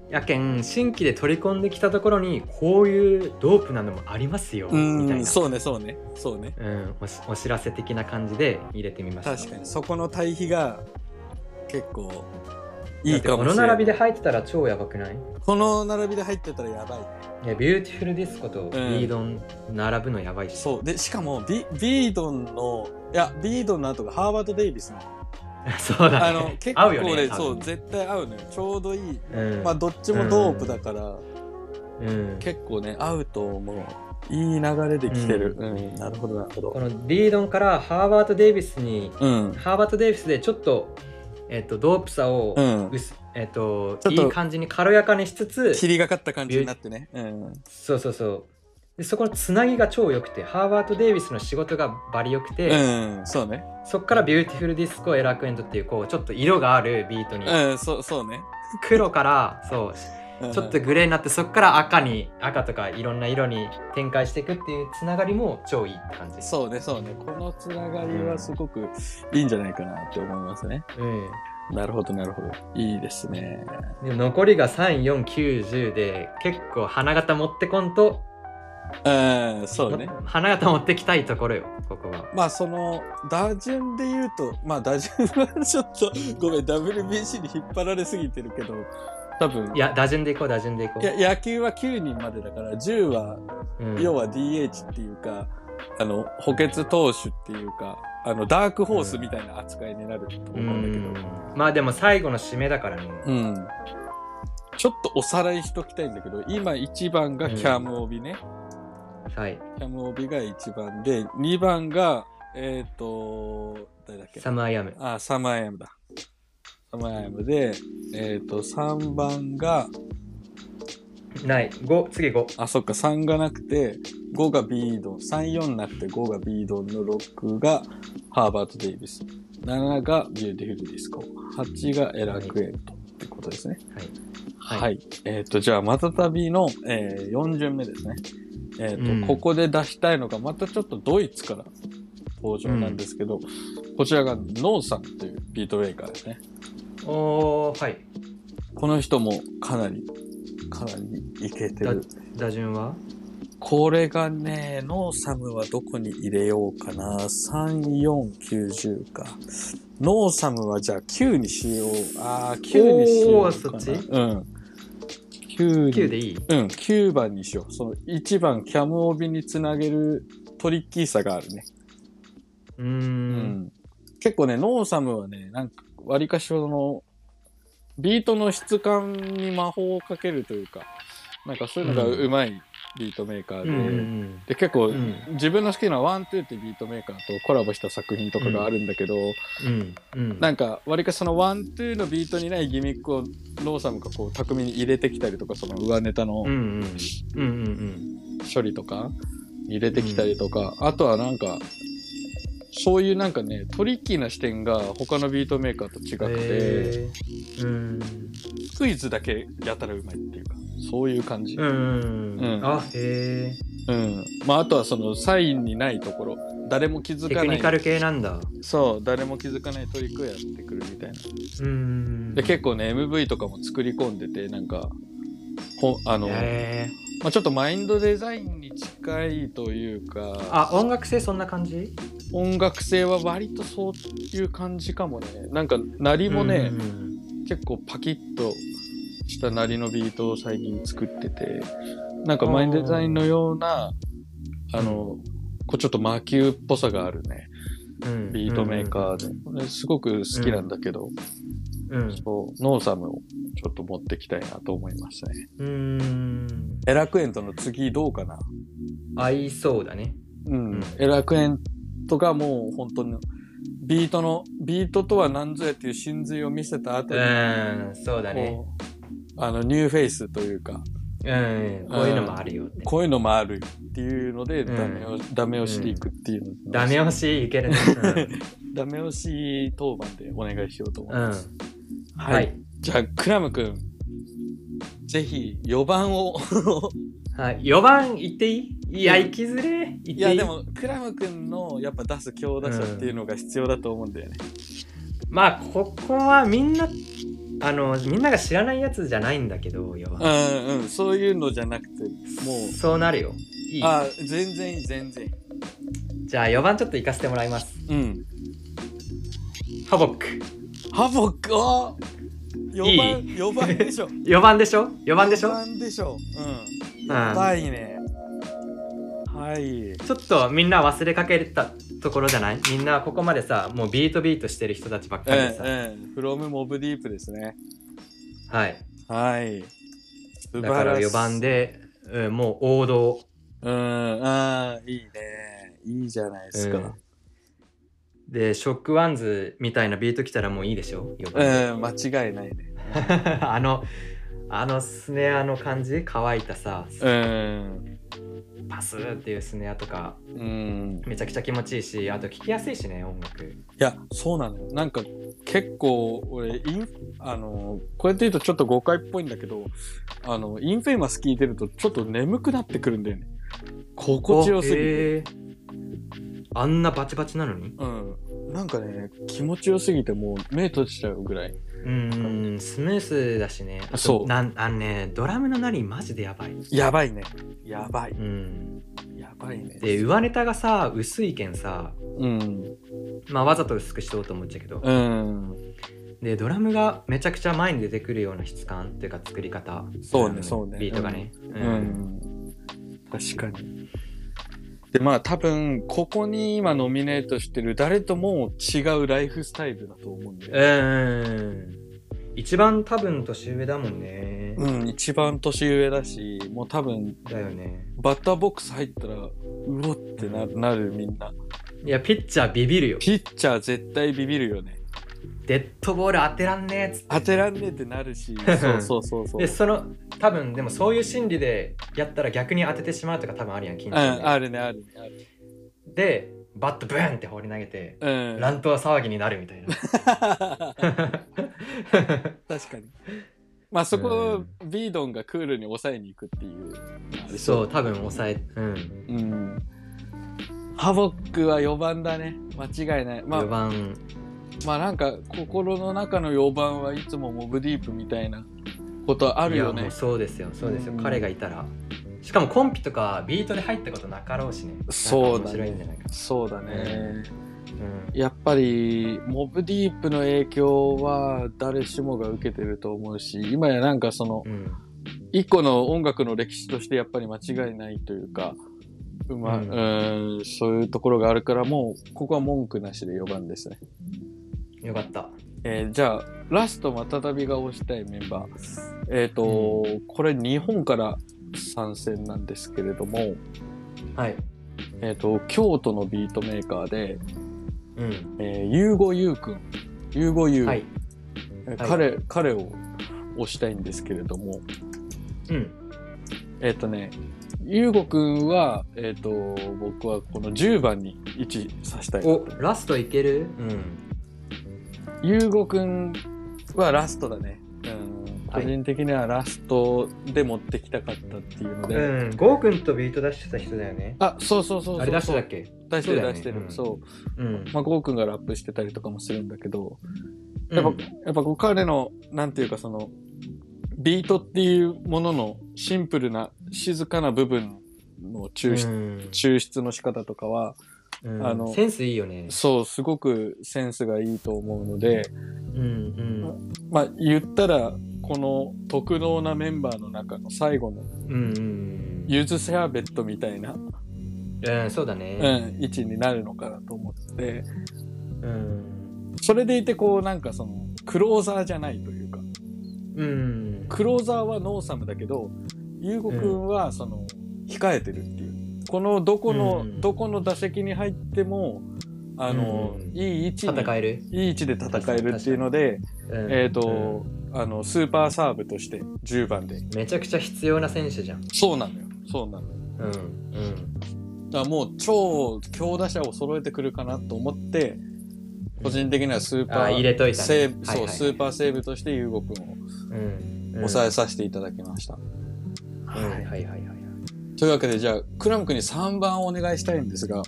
[SPEAKER 2] やけん新規で取り込んできたところにこういうドープなのもありますよ
[SPEAKER 1] うん
[SPEAKER 2] みたいな
[SPEAKER 1] そうねそうねそうね
[SPEAKER 2] うん、おしお知らせ的な感じで入れてみました
[SPEAKER 1] 確かにそこの対比が結構いいかも
[SPEAKER 2] だっ
[SPEAKER 1] し
[SPEAKER 2] てこの
[SPEAKER 1] れな
[SPEAKER 2] 並び
[SPEAKER 1] い
[SPEAKER 2] で入ってたら超やばくない
[SPEAKER 1] この並びで入ってたらやばい
[SPEAKER 2] いやビューティフルディスコとビードン並ぶのやばいし、
[SPEAKER 1] そうでしかもビビードンのいやビードンの後がハーバード・デイビスの
[SPEAKER 2] そうだね
[SPEAKER 1] あの結
[SPEAKER 2] 合う
[SPEAKER 1] 構
[SPEAKER 2] よ
[SPEAKER 1] ね
[SPEAKER 2] ね
[SPEAKER 1] そ
[SPEAKER 2] 多
[SPEAKER 1] う
[SPEAKER 2] 分
[SPEAKER 1] 絶対合うのよちょうどいい、
[SPEAKER 2] うん
[SPEAKER 1] まあどっちもドープだから、
[SPEAKER 2] うん
[SPEAKER 1] 結構ね合うと思ういい流れで来てる、うんなるほどなるほ
[SPEAKER 2] こ
[SPEAKER 1] ど
[SPEAKER 2] のビードンからハーバート・デイビスに
[SPEAKER 1] うん
[SPEAKER 2] ハーバート・デイビスでちょっと,、えっとドープさを、
[SPEAKER 1] うん
[SPEAKER 2] 薄えっと
[SPEAKER 1] ちょっと
[SPEAKER 2] いい感じに軽やかにしつつ
[SPEAKER 1] 霧がかった感じになってね、うん、
[SPEAKER 2] そうそうそうでそこのつなぎが超良くてハーバート・デイビスの仕事がバリ良くて、
[SPEAKER 1] うんそうね
[SPEAKER 2] そこからビューティフル・ディスコ・エラクエントっていうこうちょっと色があるビートに、
[SPEAKER 1] うんそうそうね、
[SPEAKER 2] 黒からそう
[SPEAKER 1] うん
[SPEAKER 2] ちょっとグレーになってそこから赤に赤とかいろんな色に展開していくっていうつながりも超いいって感じです。
[SPEAKER 1] そうねそうねこのつながりはすごくいいんじゃないかなって思いますね
[SPEAKER 2] うん、
[SPEAKER 1] なるほどなるほどいいですね
[SPEAKER 2] で残りが3490で結構花形持ってこんと、
[SPEAKER 1] うんそうね
[SPEAKER 2] も花形持ってきたいところよここは。
[SPEAKER 1] まあその打順で言うとまあ打順はちょっとごめん WBC に引っ張られすぎてるけど多分
[SPEAKER 2] いや打順でいこう打順でいこう。
[SPEAKER 1] いや野球は9人までだから10は
[SPEAKER 2] うん
[SPEAKER 1] 要は DH っていうか、あの補欠投手っていうかあのダークホースみたいな扱いになると思
[SPEAKER 2] う
[SPEAKER 1] うん
[SPEAKER 2] ん
[SPEAKER 1] だけど、
[SPEAKER 2] まあでも最後の締めだからね。
[SPEAKER 1] うんちょっとおさらいしときたいんだけど今1番がキャムオビね、
[SPEAKER 2] はい。
[SPEAKER 1] キャムオビが1番で2番がえっ、と誰だっけ
[SPEAKER 2] サムアイアム。
[SPEAKER 1] あ、サマーエムだ。サマーエムで、えっ、と、3番が、
[SPEAKER 2] ない。5次5。
[SPEAKER 1] あ、そっか、3がなくて、5がビードン、3、4なくて5がビードンの6がハーバート・デイビス、7がビューティフル・ディスコ、8がエラクエントってことですね。
[SPEAKER 2] は
[SPEAKER 1] はいい。えっ、と、じゃあ、またたびの、えー、4巡目ですね。えっ、と、
[SPEAKER 2] うん
[SPEAKER 1] ここで出したいのが、またちょっとドイツから登場なんですけど、こちらがノーさんというビートウェイカーですね。
[SPEAKER 2] おーはい。
[SPEAKER 1] この人もかなり、かなりいけて
[SPEAKER 2] だ
[SPEAKER 1] る。
[SPEAKER 2] 打順は
[SPEAKER 1] これがね、ノーサムはどこに入れようかな。3、4、90か。ノーサムはじゃあ9にしよう。あー、9にしようかな。
[SPEAKER 2] おーそっち
[SPEAKER 1] うん。9
[SPEAKER 2] 9
[SPEAKER 1] に
[SPEAKER 2] でいい
[SPEAKER 1] うん、9番にしよう。その1番、キャムオビにつなげるトリッキーさがあるね。
[SPEAKER 2] うーん
[SPEAKER 1] 結構ね、ノーサムはね、なんか、わりかしその、ビートの質感に魔法をかけるというか、なんかそういうのが
[SPEAKER 2] うん
[SPEAKER 1] うまいビートメーカー
[SPEAKER 2] う
[SPEAKER 1] で、
[SPEAKER 2] んうん
[SPEAKER 1] で、結構、
[SPEAKER 2] うん
[SPEAKER 1] 自分の好きなワン・トゥーってビートメーカーとコラボした作品とかがあるんだけど、
[SPEAKER 2] うんうん
[SPEAKER 1] なんか、わりかしそのワン・トゥーのビートにないギミックをノーサムがこう、巧みに入れてきたりとか、その上ネタの
[SPEAKER 2] うんうんうんうん
[SPEAKER 1] 処理とか入れてきたりとか、あとはなんかそういうなんかねトリッキーな視点が他のビートメーカーと違
[SPEAKER 2] う
[SPEAKER 1] く
[SPEAKER 2] ん
[SPEAKER 1] て、
[SPEAKER 2] へーうん
[SPEAKER 1] クイズだけやたらうまいっていうかそういう感じ、
[SPEAKER 2] うんうんうん
[SPEAKER 1] うん
[SPEAKER 2] あへえ
[SPEAKER 1] うん。まあ、あとはそのサインにないところ。誰も気づ
[SPEAKER 2] テ
[SPEAKER 1] か
[SPEAKER 2] ク
[SPEAKER 1] な
[SPEAKER 2] ニカ
[SPEAKER 1] い。
[SPEAKER 2] ル系なんだ
[SPEAKER 1] そう、誰も気づかないトリックをやってくるみたいな。
[SPEAKER 2] うん
[SPEAKER 1] で、結構ね、MV とかも作り込んでて、なんか、ほあの、
[SPEAKER 2] へえ
[SPEAKER 1] まあ、ちょっとマインドデザインに近いというか、
[SPEAKER 2] あ音楽性そんな感じ
[SPEAKER 1] 音楽性は割とそういう感じかもね。なんか、鳴りもね、
[SPEAKER 2] うんうん
[SPEAKER 1] 結構パキッとした鳴りのビートを最近作っててなんかマインドデザインのようなあのこうちょっと魔球っぽさがあるね
[SPEAKER 2] うん
[SPEAKER 1] ビートメーカーで、これすごく好きなんだけど、
[SPEAKER 2] うん
[SPEAKER 1] そうノーサムをちょっと持ってきたいなと思いますね
[SPEAKER 2] うん
[SPEAKER 1] エラクエントの次どうかな
[SPEAKER 2] 合いそうだね
[SPEAKER 1] うん、
[SPEAKER 2] うん
[SPEAKER 1] エラクエントがもう本当にビートのビートとは何ぞやっていう真髄を見せた後
[SPEAKER 2] う
[SPEAKER 1] に、
[SPEAKER 2] んそうだね
[SPEAKER 1] こうあのニューフェイスというか
[SPEAKER 2] うんこういうのもあるよって
[SPEAKER 1] こういうのもあるっていうので、
[SPEAKER 2] うん
[SPEAKER 1] ダメをダメをしていくっていうの、
[SPEAKER 2] ダメ押しいけるね
[SPEAKER 1] ダメ押し当番でお願いしようと思い
[SPEAKER 2] うん、う
[SPEAKER 1] ま
[SPEAKER 2] ん
[SPEAKER 1] す、
[SPEAKER 2] は
[SPEAKER 1] は
[SPEAKER 2] い、はいい
[SPEAKER 1] じゃあクラム君ぜひ4番を
[SPEAKER 2] 4番いっていいいや行きづれいっていい
[SPEAKER 1] いやでもクラム君のやっぱ出す強打者っていうのが必要だと思うんだよね、
[SPEAKER 2] まあここはみんなあのみんなが知らないやつじゃないんだけど4
[SPEAKER 1] う
[SPEAKER 2] 番
[SPEAKER 1] ん、うんそういうのじゃなくてもう
[SPEAKER 2] そうなるよいい
[SPEAKER 1] あ全然いい全然いい
[SPEAKER 2] じゃあ4番ちょっと行かせてもらいます
[SPEAKER 1] うん
[SPEAKER 2] ハボック
[SPEAKER 1] ハボックあ4番
[SPEAKER 2] い
[SPEAKER 1] 4番でし ょ
[SPEAKER 2] 4番でしょ4番でしょ
[SPEAKER 1] 4、番でしょうん
[SPEAKER 2] うん、
[SPEAKER 1] や
[SPEAKER 2] ち
[SPEAKER 1] ばいね。はい。
[SPEAKER 2] ょっとみんな忘れかけたところじゃないみんなここまでさもうビートビートしてる人たちばっかりでさ、
[SPEAKER 1] うん。フロムモブディープですね。
[SPEAKER 2] はい
[SPEAKER 1] はい。素
[SPEAKER 2] だから4番。で、うん、もう王道
[SPEAKER 1] うん。ああ、いいね。いいじゃないですか。
[SPEAKER 2] でショックワンズみたいなビート来たらもういいでしょ4
[SPEAKER 1] う
[SPEAKER 2] 番で、
[SPEAKER 1] ん、間違いないね。
[SPEAKER 2] あのあのスネアの感じ乾いたさ
[SPEAKER 1] うん。
[SPEAKER 2] パスーっていうスネアとか
[SPEAKER 1] うん。
[SPEAKER 2] めちゃくちゃ気持ちいいしあと聴きやすいしね音楽
[SPEAKER 1] いや、そうなのよ。なんか、結構、俺、イン、あの、こうやって言うとちょっと誤解っぽいんだけど、あの、インフェイマス聞いてると、ちょっと眠くなってくるんだよね。心地よすぎて。
[SPEAKER 2] へーあんなバチバチなのに
[SPEAKER 1] うん、なんかね気持ちよすぎてもう目閉じちゃうぐらい
[SPEAKER 2] うんうんうんスムースだしねあと
[SPEAKER 1] そう
[SPEAKER 2] なんあのねドラムのなりマジでやばい
[SPEAKER 1] やばいねやばい
[SPEAKER 2] うん
[SPEAKER 1] やばいね
[SPEAKER 2] で上ネタがさ薄いけんさ
[SPEAKER 1] うん
[SPEAKER 2] まあわざと薄くしようと思っちゃうけど
[SPEAKER 1] うん
[SPEAKER 2] でドラムがめちゃくちゃ前に出てくるような質感っていうか作り方
[SPEAKER 1] そうね
[SPEAKER 2] あの
[SPEAKER 1] そうね
[SPEAKER 2] ビートがね
[SPEAKER 1] う
[SPEAKER 2] うん
[SPEAKER 1] ん確かにでまあ多分ここに今ノミネートしてる誰とも違うライフスタイルだと思うん
[SPEAKER 2] う
[SPEAKER 1] で
[SPEAKER 2] ん一番多分年上だもんね
[SPEAKER 1] うん一番年上だしもう多分
[SPEAKER 2] だよね
[SPEAKER 1] バッターボックス入ったらうおってななるみんない
[SPEAKER 2] やピッチャービビるよ
[SPEAKER 1] ピッチャー絶対ビビるよね
[SPEAKER 2] デッドボール当てらんねえっつって
[SPEAKER 1] 当てらんねえってなるしそうそうそうそう
[SPEAKER 2] でその多分でもそういう心理でやったら逆に当ててしまうとか多分あるやん緊
[SPEAKER 1] う
[SPEAKER 2] 張
[SPEAKER 1] ん、
[SPEAKER 2] で、
[SPEAKER 1] あるね、あるね、あるね。
[SPEAKER 2] でバットブーンって放り投げて
[SPEAKER 1] うん。
[SPEAKER 2] 乱闘騒ぎになるみたい
[SPEAKER 1] 確
[SPEAKER 2] な
[SPEAKER 1] かに。まあそこ、ビードンがクールに抑えに行くっていう。
[SPEAKER 2] そう多分抑えうん
[SPEAKER 1] う。うん。ハボックは4番だね。間違いない。ま
[SPEAKER 2] 4
[SPEAKER 1] あ、
[SPEAKER 2] 番
[SPEAKER 1] まあなんか、心の中の4番はいつもモブディープみたいなことあるよ
[SPEAKER 2] いやも
[SPEAKER 1] ね
[SPEAKER 2] う。そうですよそうですよ、
[SPEAKER 1] うん
[SPEAKER 2] 彼がいたらしかもコンピとかビートで入ったことなかろうしね
[SPEAKER 1] そうだね
[SPEAKER 2] なんか面白いんじゃないか、
[SPEAKER 1] そうだね。
[SPEAKER 2] うん、
[SPEAKER 1] やっぱり、モブディープの影響は誰しもが受けてると思うし、今やなんかその、
[SPEAKER 2] うん
[SPEAKER 1] 一個の音楽の歴史としてやっぱり間違いないというか、うま、う
[SPEAKER 2] うん
[SPEAKER 1] ーん、そういうところがあるから、もう、ここは文句なしで4番ですね。
[SPEAKER 2] よかった
[SPEAKER 1] えーじゃあ、ラストまたたびが推したいメンバー。えっ、と、これ日本から参戦なんですけれども、
[SPEAKER 2] はい
[SPEAKER 1] えっ、と、京都のビートメーカーで、
[SPEAKER 2] うん
[SPEAKER 1] えー、ゆうごゆうくん、ゆうごゆう、
[SPEAKER 2] はい
[SPEAKER 1] えー彼、彼を推したいんですけれども、
[SPEAKER 2] うん
[SPEAKER 1] えっ、とね、ゆうごくんは、えっ、と、僕はこの10番に位置させたい。
[SPEAKER 2] おラストいけるうん
[SPEAKER 1] ゆうごくんはラストだね。うん。個人的にはラストで持ってきたかったっていうので、
[SPEAKER 2] うん、ゴー君とビート出してた人だよね。
[SPEAKER 1] あそうそうそうそう
[SPEAKER 2] あれ出してたっけ
[SPEAKER 1] 出して
[SPEAKER 2] そう
[SPEAKER 1] る
[SPEAKER 2] だよね
[SPEAKER 1] 出してる
[SPEAKER 2] うん
[SPEAKER 1] そう,、
[SPEAKER 2] うん。
[SPEAKER 1] まあゴーくんがラップしてたりとかもするんだけど
[SPEAKER 2] や
[SPEAKER 1] やっぱ、やっぱこう彼のなんていうかそのビートっていうもののシンプルな静かな部分の抽出、抽出の仕方とかはあ
[SPEAKER 2] あ
[SPEAKER 1] の
[SPEAKER 2] のセンスいいよね。
[SPEAKER 1] そうすごくセンスがいいと思うので、
[SPEAKER 2] うん
[SPEAKER 1] まあ言ったらこの特能なメンバーの中の最後の
[SPEAKER 2] うん。うんうん
[SPEAKER 1] ユズシャーベットみたいな、
[SPEAKER 2] うん。うん、そうだ
[SPEAKER 1] う
[SPEAKER 2] ね。
[SPEAKER 1] ん、位置になるのかなと思って
[SPEAKER 2] うん。
[SPEAKER 1] それでいてこうなんかそのクローザーじゃないというか
[SPEAKER 2] うん。
[SPEAKER 1] クローザーはノーサムだけど優吾くんはその控えてるっていうこのどこの、
[SPEAKER 2] うん
[SPEAKER 1] どこの打席に入ってもあの、
[SPEAKER 2] うん
[SPEAKER 1] いい位置に
[SPEAKER 2] 戦える
[SPEAKER 1] いい位置で戦えるっていうので、
[SPEAKER 2] うん
[SPEAKER 1] えっ、と、あのスーパーサーブとして10番で
[SPEAKER 2] うんめちゃくちゃ必要な選手じゃん。
[SPEAKER 1] そうなのよそうなのよ
[SPEAKER 2] うん。うん。
[SPEAKER 1] だからもう超強打者を揃えてくるかなと思って個人的にはスーパ
[SPEAKER 2] あ
[SPEAKER 1] ー
[SPEAKER 2] 入れといたね
[SPEAKER 1] セーブ
[SPEAKER 2] はいはい
[SPEAKER 1] そうスーパーセーブとして優吾くんを
[SPEAKER 2] うん。
[SPEAKER 1] 抑えさせていただきました、
[SPEAKER 2] うん。はいはいはいはい。
[SPEAKER 1] というわけでじゃあクラム君に3番をお願いしたいんですが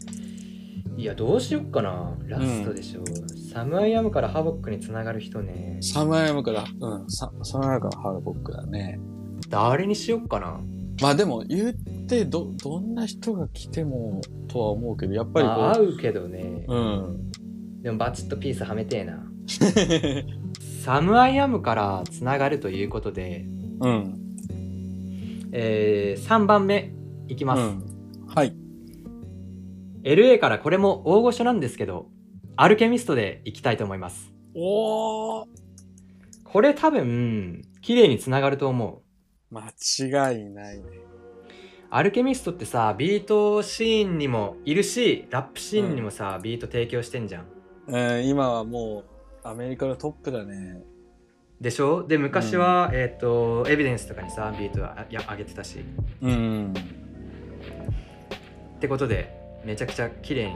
[SPEAKER 2] いや、どうしよっかな。ラストでしょ。サムアイアムからハボックにつながる人ね。
[SPEAKER 1] サムアイムから、うん、ササムアイムからハーボックだね。
[SPEAKER 2] 誰にしよっかな。
[SPEAKER 1] まあでも言ってど、どんな人が来てもとは思うけど、やっぱり
[SPEAKER 2] まあ合
[SPEAKER 1] こ
[SPEAKER 2] うけどね。
[SPEAKER 1] う、うん。
[SPEAKER 2] でもバチッとピースはめてえな。サムアイアムからつながるということで、
[SPEAKER 1] うん。
[SPEAKER 2] えー3番目いき
[SPEAKER 1] う
[SPEAKER 2] ます、
[SPEAKER 1] ん。はい。
[SPEAKER 2] LA からこれも大御所なんですけどアルケミストでいきたいと思います
[SPEAKER 1] おー
[SPEAKER 2] これ多分綺麗につながると思
[SPEAKER 1] 間違いないね。
[SPEAKER 2] うアルケミストってさビートシーンにもいるしラップシーンにもさ、ビート提供してんじゃん
[SPEAKER 1] うん、今はもうアメリカのトップだね。
[SPEAKER 2] でしょで昔は、えっ、とエビデンスとかにさビートはあいや上げてたし
[SPEAKER 1] うん。
[SPEAKER 2] ってことでめちゃくちゃ綺麗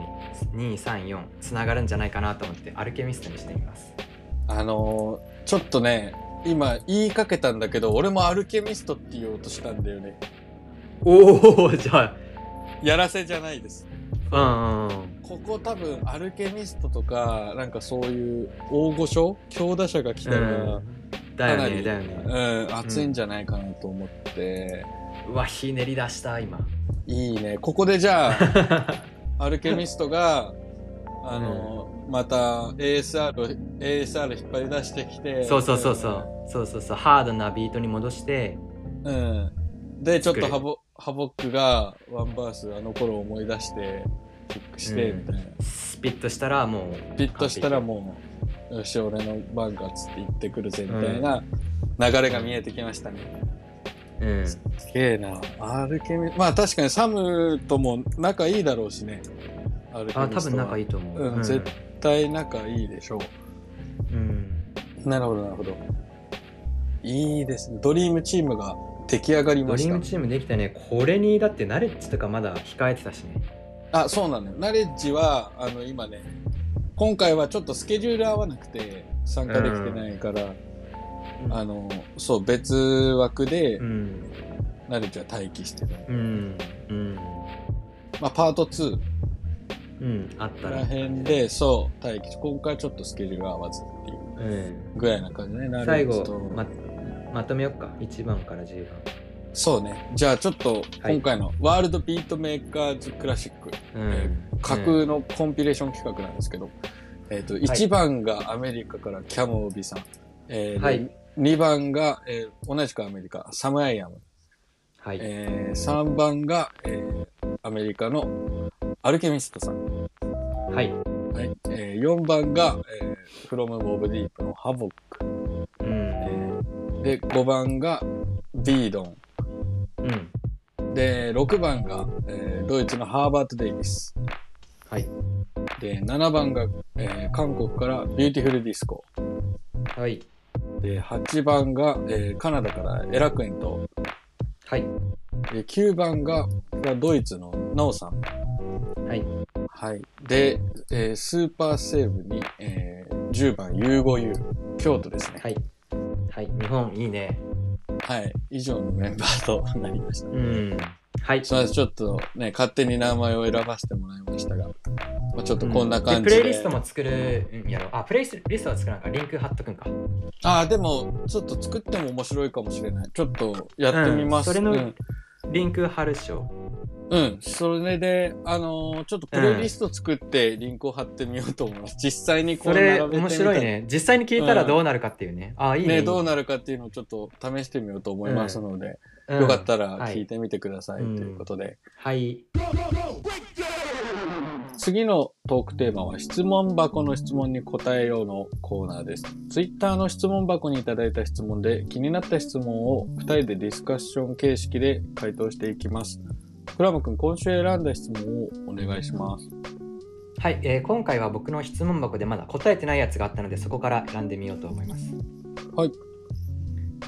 [SPEAKER 2] に234つながるんじゃないかなと思ってアルケミストにしてみます
[SPEAKER 1] あのーちょっとね、今言いかけたんだけど、俺もアルケミストって言おうとしたんだよね。
[SPEAKER 2] おおじゃあ
[SPEAKER 1] やらせじゃないです。
[SPEAKER 2] うんうんうん
[SPEAKER 1] ここ多分アルケミストとかなんかそういう大御所強打者が来たら、
[SPEAKER 2] だよ
[SPEAKER 1] かな
[SPEAKER 2] ね
[SPEAKER 1] り
[SPEAKER 2] だよ
[SPEAKER 1] う
[SPEAKER 2] ね
[SPEAKER 1] ん熱いんじゃないかなと思って、
[SPEAKER 2] うわひねり出し た今
[SPEAKER 1] いいねここでじゃあアルケミストがあの、また ASR を ASR 引っ張り出してきて
[SPEAKER 2] そうそうそうそうそうそうそうハードなビートに戻して
[SPEAKER 1] うんでちょっと
[SPEAKER 2] 作れる
[SPEAKER 1] ハボハボックがワンバースあの頃を思い出してキックして
[SPEAKER 2] うん
[SPEAKER 1] みたいな、
[SPEAKER 2] スピッとしたらもう
[SPEAKER 1] ピッとしたらもうよし俺の番がつって行ってくるぜみたいな流れが見えてきましたね、
[SPEAKER 2] う、ん、
[SPEAKER 1] すげえな。アルケミまあ確かにサムとも仲いいだろうしね。アルケミストは
[SPEAKER 2] あ多分仲いいと思う、
[SPEAKER 1] うん絶対仲いいでしょ
[SPEAKER 2] うん
[SPEAKER 1] う。なるほど、なるほど。いいですね。ドリームチームが出来上がり
[SPEAKER 2] ド
[SPEAKER 1] ま
[SPEAKER 2] リ
[SPEAKER 1] し
[SPEAKER 2] ー
[SPEAKER 1] た
[SPEAKER 2] ム。チームできたねこれにだってナレッジとかまだ控えてたしね
[SPEAKER 1] あ、そうなのよ。ナレッジは、あの、今ね、今回はちょっとスケジュール合わなくて参加できてないから、あの、そう、別枠で
[SPEAKER 2] うん
[SPEAKER 1] ナレッジは待機してる。
[SPEAKER 2] うんうん
[SPEAKER 1] まあ、パート2
[SPEAKER 2] うんあった
[SPEAKER 1] こ
[SPEAKER 2] ら
[SPEAKER 1] ら辺で、そう、待機。今回はちょっとスケジュールが合わずっていう。
[SPEAKER 2] うん、
[SPEAKER 1] ぐらいな感じね。ナレ
[SPEAKER 2] 最
[SPEAKER 1] ッジ
[SPEAKER 2] 後
[SPEAKER 1] と
[SPEAKER 2] ままとめよっか1番から10番
[SPEAKER 1] そうね。じゃあちょっと
[SPEAKER 2] はい
[SPEAKER 1] 今回のワールドビートメーカーズクラシック、
[SPEAKER 2] うん
[SPEAKER 1] 架空のコンピレーション企画なんですけど、えっ、と、1番がアメリカからキャム・オビさん、え
[SPEAKER 2] は
[SPEAKER 1] ー
[SPEAKER 2] い
[SPEAKER 1] で、2番が、えー同じくアメリカ、サム・アイアム、
[SPEAKER 2] はい、
[SPEAKER 1] えー、3番が、えーアメリカのアルケミストさん、
[SPEAKER 2] はい、
[SPEAKER 1] はいえー、4番が、えー、フロム・ボブ・ディープのハボック、
[SPEAKER 2] う
[SPEAKER 1] え
[SPEAKER 2] ん
[SPEAKER 1] ーで、5番がビードン、
[SPEAKER 2] うん
[SPEAKER 1] で、6番が、えードイツのハーバート・デイビス。
[SPEAKER 2] はい
[SPEAKER 1] で、7番が、えー韓国からビューティフル・ディスコ。
[SPEAKER 2] はい
[SPEAKER 1] で、8番が、えーカナダからエラクエント。
[SPEAKER 2] はい
[SPEAKER 1] で、9番が、ドイツのナオさん。
[SPEAKER 2] はい
[SPEAKER 1] はい。で、えースーパーセーブに、えー10番、ユーゴユー。京都ですね。
[SPEAKER 2] はいはい、日本いいね。
[SPEAKER 1] はい。以上のメンバーと なりました。
[SPEAKER 2] うん。はい。
[SPEAKER 1] すみません、ちょっとね、勝手に名前を選ばせてもらいましたが、まあ、ちょっとこんな感じで。
[SPEAKER 2] プレイリストも作るんやろ。あ、プレイリストは作らんか。リンク貼っとくんか。
[SPEAKER 1] ああ、でも、ちょっと作っても面白いかもしれない。ちょっとやってみます。
[SPEAKER 2] うん
[SPEAKER 1] う
[SPEAKER 2] それ
[SPEAKER 1] ん、
[SPEAKER 2] のリンク貼るっしょ。
[SPEAKER 1] うん、それで、あのーちょっとプレイリスト作ってリンクを貼ってみようと思います。実際にこ
[SPEAKER 2] そうれ
[SPEAKER 1] 並べてみ
[SPEAKER 2] 面
[SPEAKER 1] た
[SPEAKER 2] 白い。ね。実際に聞いたら
[SPEAKER 1] うん
[SPEAKER 2] どうなるかっていうね。あ、いいね。
[SPEAKER 1] ね、どうなるかっていうのをちょっと試してみようと思いますので、
[SPEAKER 2] うん
[SPEAKER 1] よかったら
[SPEAKER 2] はい
[SPEAKER 1] 聞いてみてください、
[SPEAKER 2] うん
[SPEAKER 1] ということで、
[SPEAKER 2] はい。
[SPEAKER 1] 次のトークテーマは質問箱の質問に答えようのコーナーです。ツイッターの質問箱にいただいた質問で気になった質問を2人でディスカッション形式で回答していきます。クラム君、今週選んだ質問をお願いします。
[SPEAKER 2] はい、えー今回は僕の質問箱でまだ答えてないやつがあったのでそこから選んでみようと思います。
[SPEAKER 1] はい。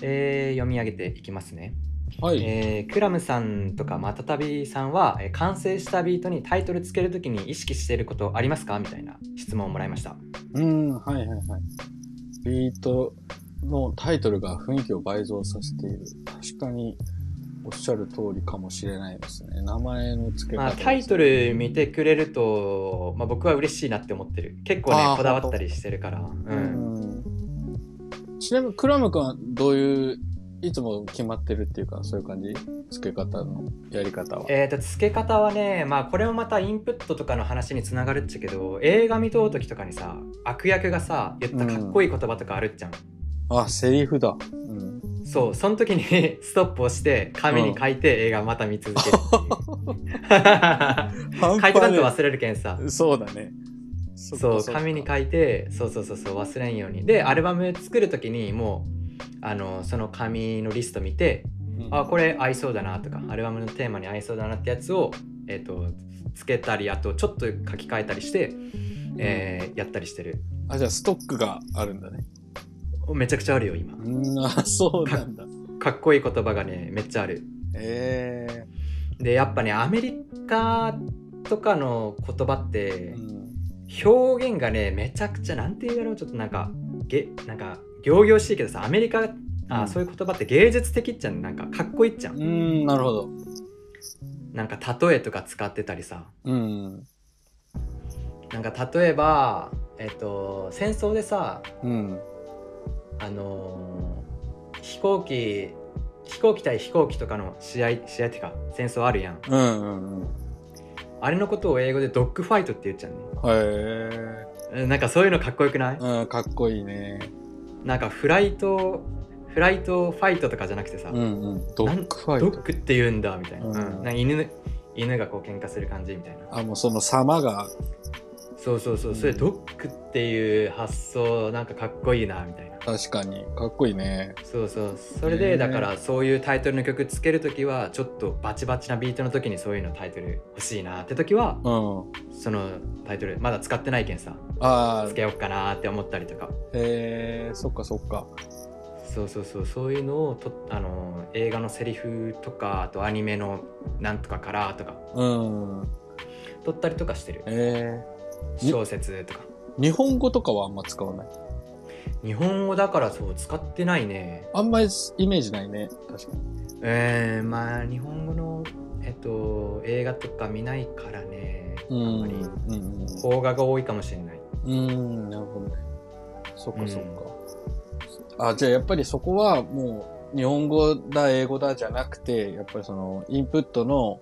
[SPEAKER 2] えー読み上げていきますね。
[SPEAKER 1] はい。
[SPEAKER 2] えークラムさんとかマタタビさんは、えー完成したビートにタイトルつけるときに意識していることありますかみたいな質問をもらいました。
[SPEAKER 1] うん、はいはいはい。ビートのタイトルが雰囲気を倍増させている。確かにおっしゃる通りかもしれないですね。名前の付け
[SPEAKER 2] ま
[SPEAKER 1] 方
[SPEAKER 2] あ、
[SPEAKER 1] ですね、
[SPEAKER 2] タイトル見てくれると、まあ、僕は嬉しいなって思ってる。結構
[SPEAKER 1] あ
[SPEAKER 2] ね
[SPEAKER 1] ー
[SPEAKER 2] こだわったりしてるから。う
[SPEAKER 1] う
[SPEAKER 2] ん
[SPEAKER 1] んちなみにクラム君はどういう、いつも決まってるっていうか、そういう感じ付け方のやり方は。
[SPEAKER 2] えー、と付け方はね、まあ、これもまたインプットとかの話につながるっちゃけど映画見とう時とかにさ悪役がさ言ったかっこいい言葉とかあるっちゃん、
[SPEAKER 1] あ、セリフだ。うん。
[SPEAKER 2] そうその時に ストップをして紙に書いて映画また見続けるっていう 書いてたと忘れるけんさ
[SPEAKER 1] そうだね。そっ
[SPEAKER 2] そ
[SPEAKER 1] か
[SPEAKER 2] う
[SPEAKER 1] そっか
[SPEAKER 2] 紙に書いてそうそうそうそう忘れんようにでアルバム作る時にもうあのその紙のリスト見て
[SPEAKER 1] うん
[SPEAKER 2] あこれ合いそうだなとかアルバムのテーマに合いそうだなってやつを、えー、とつけたりあとちょっと書き換えたりして、えーやったりしてる
[SPEAKER 1] あ、じゃあストックがあるんだね。
[SPEAKER 2] めちゃくちゃあるよ今
[SPEAKER 1] うん、あ、そうなんだ。
[SPEAKER 2] かっこいい言葉がねめっちゃある
[SPEAKER 1] ええ
[SPEAKER 2] でやっぱねアメリカとかの言葉って
[SPEAKER 1] うん
[SPEAKER 2] 表現がねめちゃくちゃなんて言うんだろうちょっとなんかげなんか仰々しいけどさアメリカあ、
[SPEAKER 1] うん
[SPEAKER 2] そういう言葉って芸術的っちゃんなんかかっこいいっちゃん、
[SPEAKER 1] うん、なるほど。
[SPEAKER 2] なんか例えとか使ってたりさ、
[SPEAKER 1] うん。
[SPEAKER 2] なんか例えば、えっと、戦争でさ、
[SPEAKER 1] うん。
[SPEAKER 2] あのー飛行機飛行機対飛行機とかの試合試合ってか戦争あるやん
[SPEAKER 1] うんうんうん。
[SPEAKER 2] あれのことを英語でドッグファイトって言っちゃう
[SPEAKER 1] へえ。
[SPEAKER 2] ねうんなんかそういうのかっこよくない、
[SPEAKER 1] うん、かっこいいね。
[SPEAKER 2] なんかフライトフライトファイトとかじゃなくてさ、
[SPEAKER 1] うんうん。ドッグフ
[SPEAKER 2] ド
[SPEAKER 1] ァイ
[SPEAKER 2] ッ
[SPEAKER 1] ト。
[SPEAKER 2] グって言うんだみたいな,、
[SPEAKER 1] う
[SPEAKER 2] うんん、なんか犬犬がこう喧嘩する感じみたいな
[SPEAKER 1] あ、もうその様が。
[SPEAKER 2] そうそうそう
[SPEAKER 1] うん
[SPEAKER 2] それドッグっていう発想なんかかっこいいなみたいな
[SPEAKER 1] 確かに。かっこいいね。
[SPEAKER 2] そうそうそれ
[SPEAKER 1] へ
[SPEAKER 2] で
[SPEAKER 1] ー
[SPEAKER 2] だからそういうタイトルの曲つけるときはちょっとバチバチなビートの時にそういうのタイトル欲しいなって時は
[SPEAKER 1] うん。
[SPEAKER 2] そのタイトルまだ使ってないけんさ
[SPEAKER 1] ああ
[SPEAKER 2] つ、けようかなって思ったりとか
[SPEAKER 1] へえ、そっかそっか。
[SPEAKER 2] そうそうそうそういうのをとあの映画のセリフとかあとアニメのなんとかからとか
[SPEAKER 1] うん。
[SPEAKER 2] 取ったりとかしてる
[SPEAKER 1] えに
[SPEAKER 2] 小説とか
[SPEAKER 1] え。日本語とかはあんま使わない。
[SPEAKER 2] 日本語だからそう使ってないね
[SPEAKER 1] あんまりイメージないね。確かに。
[SPEAKER 2] えー、まあ日本語のえっと映画とか見ないからねあ
[SPEAKER 1] うん
[SPEAKER 2] まり
[SPEAKER 1] ん。うん
[SPEAKER 2] 邦画が多いかもしれない
[SPEAKER 1] うん、なるほどね。そっかそっか。あ、じゃあやっぱりそこはもう日本語だ、英語だじゃなくて、やっぱりそのインプットの、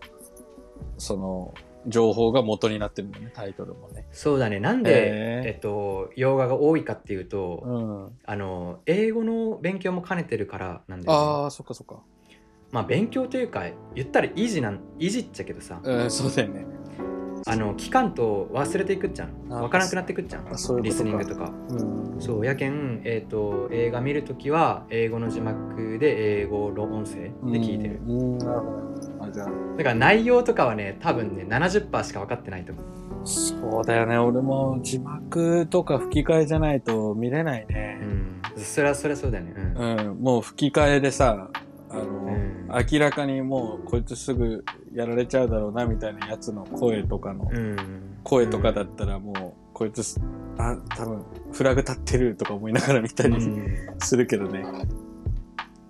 [SPEAKER 1] その、情報が元になってるんだね、タイトルもね。
[SPEAKER 2] そうだねなんで、
[SPEAKER 1] へー
[SPEAKER 2] えっと、洋画が多いかっていうと、
[SPEAKER 1] うん。
[SPEAKER 2] あの英語の勉強も兼ねてるからなんで、
[SPEAKER 1] ああ、そっかそっか。
[SPEAKER 2] まあ勉強というか言ったら維持なん維持っちゃけどさ、
[SPEAKER 1] うん、そうだよね。
[SPEAKER 2] あの期間と忘れていくっちゃん
[SPEAKER 1] あー
[SPEAKER 2] わからなくなっていくっちゃん
[SPEAKER 1] あそういうことか
[SPEAKER 2] リスニングとか
[SPEAKER 1] うん。
[SPEAKER 2] そうやけん、えっと映画見るときは英語の字幕で英語の音声で聞いてる、
[SPEAKER 1] うん、なるほど。あ、じゃあ。
[SPEAKER 2] だから内容とかはね多分ね70%しか分かってないと思う
[SPEAKER 1] そうだよね。俺も字幕とか吹き替えじゃないと見れないね
[SPEAKER 2] う。んそれはそれはそうだよねうん、
[SPEAKER 1] うん、もう吹き替えでさ、あの、
[SPEAKER 2] ん
[SPEAKER 1] 明らかにもうこいつすぐやられちゃうだろうなみたいなやつの声とかの、
[SPEAKER 2] うん
[SPEAKER 1] 声とかだったらもうこいつあ、多分、フラグ立ってるとか思いながら見たりするけどね。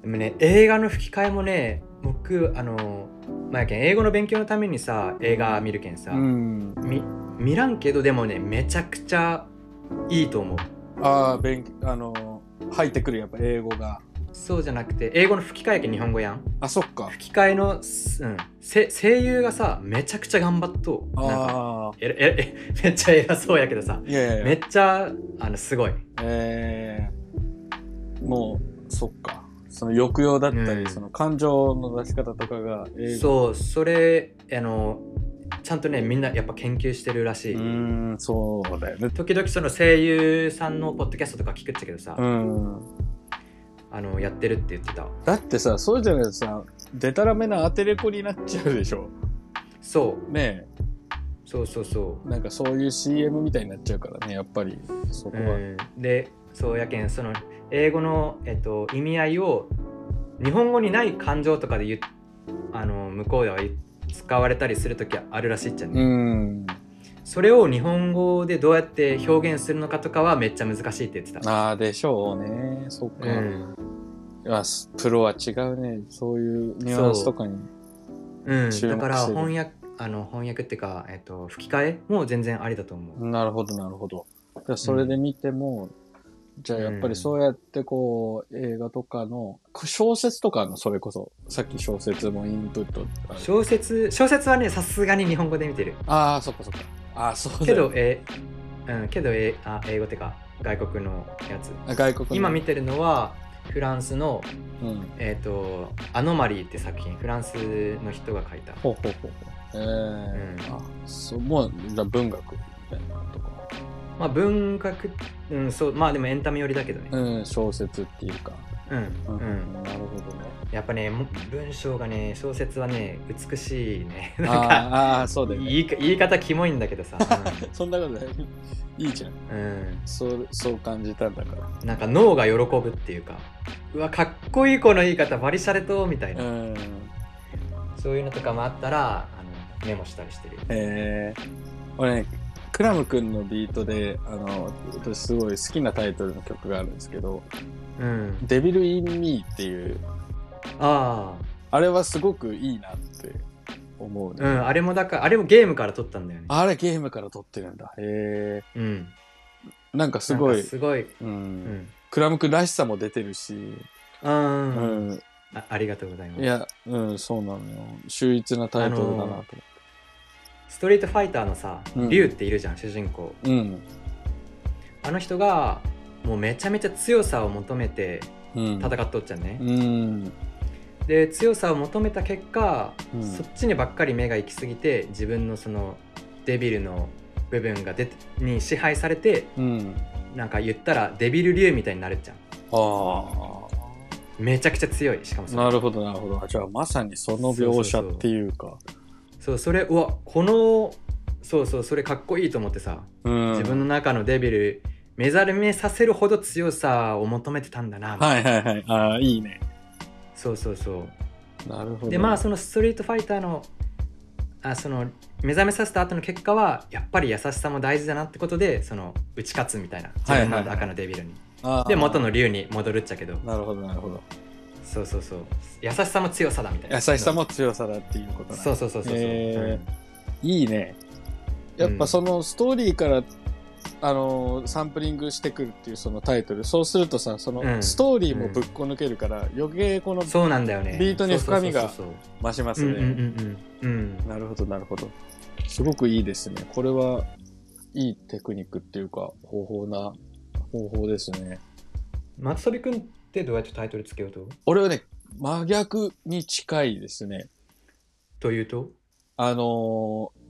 [SPEAKER 2] でもね映画の吹き替えもね僕あのまあやけん英語の勉強のためにさ映画見るけんさ、
[SPEAKER 1] うん。
[SPEAKER 2] み見らんけどでもねめちゃくちゃいいと思う
[SPEAKER 1] ああ、勉強、あの、入ってくるやっぱ英語が。
[SPEAKER 2] そうじゃなくて英語の吹き替えやけん日本語やん
[SPEAKER 1] あ、そっか。
[SPEAKER 2] 吹き替えの、すうん、せ声優がさめちゃくちゃ頑張っとうなんか
[SPEAKER 1] ああ、
[SPEAKER 2] えらええ めっちゃ偉そうやけどさ
[SPEAKER 1] いやいやい
[SPEAKER 2] め
[SPEAKER 1] や
[SPEAKER 2] っちゃあのすごい
[SPEAKER 1] えー、もう、そっか。その抑揚だったり、
[SPEAKER 2] うん
[SPEAKER 1] その感情の出し方とかが英語。
[SPEAKER 2] そうそれあのちゃんとねみんなやっぱ研究してるらしい、
[SPEAKER 1] うーん、そうだよね。
[SPEAKER 2] 時々その声優さんのポッドキャストとか聞くっちゃけどさ、
[SPEAKER 1] うん。
[SPEAKER 2] あのやってるって言ってた
[SPEAKER 1] だってさそうじゃないとさでたらめなアテレコになっちゃうでしょ
[SPEAKER 2] そう
[SPEAKER 1] ね
[SPEAKER 2] そうそうそ
[SPEAKER 1] えなんかそういう CM みたいになっちゃうからねやっぱりそこ
[SPEAKER 2] う、
[SPEAKER 1] は、
[SPEAKER 2] うん、でそうやけんその英語の、えっと、意味合いを日本語にない感情とかで言うあの向こうでは言う使われたりする時あるらしいっちゃね、
[SPEAKER 1] うん
[SPEAKER 2] それを日本語でどうやって表現するのかとかはめっちゃ難しいって言ってた
[SPEAKER 1] ああでしょうねそっか、
[SPEAKER 2] うん、
[SPEAKER 1] いやすプロは違うねそういうニュアンスとかに
[SPEAKER 2] う
[SPEAKER 1] 注目
[SPEAKER 2] ん、
[SPEAKER 1] してる
[SPEAKER 2] だから翻訳あの翻訳っていうか、えっと、吹き替えも全然ありだと思う、
[SPEAKER 1] なるほどなるほどじゃあそれで見ても、じゃあやっぱりそうやってこう映画とかの小説とかのそれこそさっき小説もインプットある
[SPEAKER 2] 小説小説はねさすがに日本語で見てる
[SPEAKER 1] ああそっかそっかああそうだ
[SPEAKER 2] け
[SPEAKER 1] よ
[SPEAKER 2] ど、えーうん、けど、えーあ英語ってか外国のやつ
[SPEAKER 1] 外国の
[SPEAKER 2] 今見てるのはフランスの、
[SPEAKER 1] うん
[SPEAKER 2] えーと「アノマリー」って作品フランスの人が書いた
[SPEAKER 1] ほうほうほうほう。ええ
[SPEAKER 2] うん
[SPEAKER 1] あ、そう、もう、じゃあ文学みたいなとか。
[SPEAKER 2] まあ文学、うん、そうまあでもエンタメ寄りだけどね
[SPEAKER 1] うん、小説っていうか。
[SPEAKER 2] うん、
[SPEAKER 1] う、
[SPEAKER 2] うんん
[SPEAKER 1] なるほどね。
[SPEAKER 2] やっぱねも文章がね小説はね美しいね
[SPEAKER 1] あ
[SPEAKER 2] なんか
[SPEAKER 1] あ、ああ、そうだよね。
[SPEAKER 2] 言いか言い方キモいんだ けどさ、
[SPEAKER 1] そんなことない。いいじゃん。
[SPEAKER 2] うんう
[SPEAKER 1] そう、そう感じたんだから。
[SPEAKER 2] ん、なんか脳が喜ぶっていうかうわかっこいいこの言い方バリシャレとみたいな、
[SPEAKER 1] うん。
[SPEAKER 2] そういうのとかもあったらあのメモしたりしてる
[SPEAKER 1] ええ俺ね、クラム君のビートで、あの、私すごい好きなタイトルの曲があるんですけど、
[SPEAKER 2] うん
[SPEAKER 1] デビル・イン・ミーっていう、
[SPEAKER 2] あ
[SPEAKER 1] あれはすごくいいなって思う
[SPEAKER 2] あう
[SPEAKER 1] ね。
[SPEAKER 2] んあれもだからあれもゲームから撮ったんだよね
[SPEAKER 1] あれゲームから撮ってるんだ。へえ
[SPEAKER 2] うん
[SPEAKER 1] なんかすご
[SPEAKER 2] なん
[SPEAKER 1] い
[SPEAKER 2] か、すごい、
[SPEAKER 1] うん
[SPEAKER 2] うん、
[SPEAKER 1] クラム君らしさも出てるし、
[SPEAKER 2] う、
[SPEAKER 1] うんん、
[SPEAKER 2] あありがとうございます
[SPEAKER 1] いや、うん、そうなのよ。秀逸なタイトルだなと思って。
[SPEAKER 2] ストリートファイターのさ
[SPEAKER 1] うん
[SPEAKER 2] 竜っているじゃん、主人公あの人がもうめちゃめちゃ強さを求めて
[SPEAKER 1] うん、うん、
[SPEAKER 2] 戦っとっちゃうね
[SPEAKER 1] う、ん、
[SPEAKER 2] で強さを求めた結果、
[SPEAKER 1] うん
[SPEAKER 2] そっちにばっかり目が行き過ぎて自分のそのデビルの部分がでに支配されて
[SPEAKER 1] うん、
[SPEAKER 2] なんか言ったらデビル竜みたいになるじゃん
[SPEAKER 1] あ
[SPEAKER 2] めちゃくちゃ強いしかも
[SPEAKER 1] あ、
[SPEAKER 2] それ
[SPEAKER 1] なるほど、なるほど。じゃあ、まさにその描写っていうか、
[SPEAKER 2] そうそれうわこのそうそうそれかっこいいと思ってさ
[SPEAKER 1] うん、
[SPEAKER 2] 自分の中のデビル目覚めさせるほど強さを求めてたんだな、
[SPEAKER 1] はいはいはい、ああ、いいね。
[SPEAKER 2] そうそうそ
[SPEAKER 1] なるほど。
[SPEAKER 2] うでまあそのストリートファイターのあその目覚めさせた後の結果はやっぱり優しさも大事だなってことでその打ち勝つみたいな自
[SPEAKER 1] はいはい
[SPEAKER 2] 分の赤のデビルに、
[SPEAKER 1] あー
[SPEAKER 2] で元の竜に戻るっちゃけど
[SPEAKER 1] なるほど、なるほど。
[SPEAKER 2] そうそうそう優しさも強さだみたいな
[SPEAKER 1] 優しさも強さだっていうことなんだ
[SPEAKER 2] そうそうそうそうそう、
[SPEAKER 1] へいいね。やっ
[SPEAKER 2] う
[SPEAKER 1] ぱ
[SPEAKER 2] ん
[SPEAKER 1] そのストーリーから、あのーサンプリングしてくるっていうそのタイトルそうするとさそ
[SPEAKER 2] うん
[SPEAKER 1] のストーリーもぶっこ抜けるから、余計この
[SPEAKER 2] うんそうなんだよね
[SPEAKER 1] ビートに深みが
[SPEAKER 2] そうそうそうそう
[SPEAKER 1] 増します
[SPEAKER 2] う
[SPEAKER 1] ね、
[SPEAKER 2] んうんうんうんうん
[SPEAKER 1] なるほどなるほどすごくいいですねこれはいいテクニックっていうか方法な方法ですね
[SPEAKER 2] 松飛君ってどうやってタイトルつけようと
[SPEAKER 1] 俺はね真逆に近いですね
[SPEAKER 2] というと
[SPEAKER 1] あのー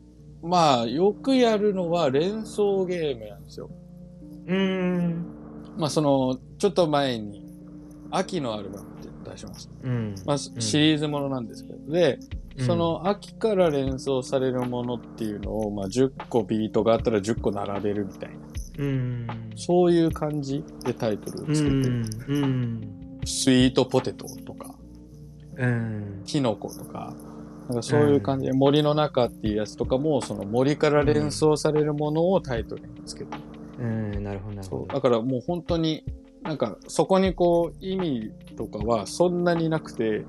[SPEAKER 1] まあよくやるのは連想ゲームなんですよ
[SPEAKER 2] うーん
[SPEAKER 1] まあそのちょっと前に秋のアルバムって出しました、
[SPEAKER 2] うん
[SPEAKER 1] まあ、
[SPEAKER 2] うん
[SPEAKER 1] シリーズものなんですけど、で
[SPEAKER 2] うん
[SPEAKER 1] その秋から連想されるものっていうのを、まあ、10個ビートがあったら10個並べるみたいな
[SPEAKER 2] うん
[SPEAKER 1] そういう感じでタイトルをつけてる、
[SPEAKER 2] うん
[SPEAKER 1] スイートポテトとか
[SPEAKER 2] うん
[SPEAKER 1] キノコとかなんかそういう感じで、森の中っていうやつとかもその森から連想されるものをタイトルにつけてる
[SPEAKER 2] うんうん、なるほど、なる
[SPEAKER 1] そ
[SPEAKER 2] ほ
[SPEAKER 1] うだ
[SPEAKER 2] ど。
[SPEAKER 1] からもう本当になんかそこにこう意味とかはそんなになくて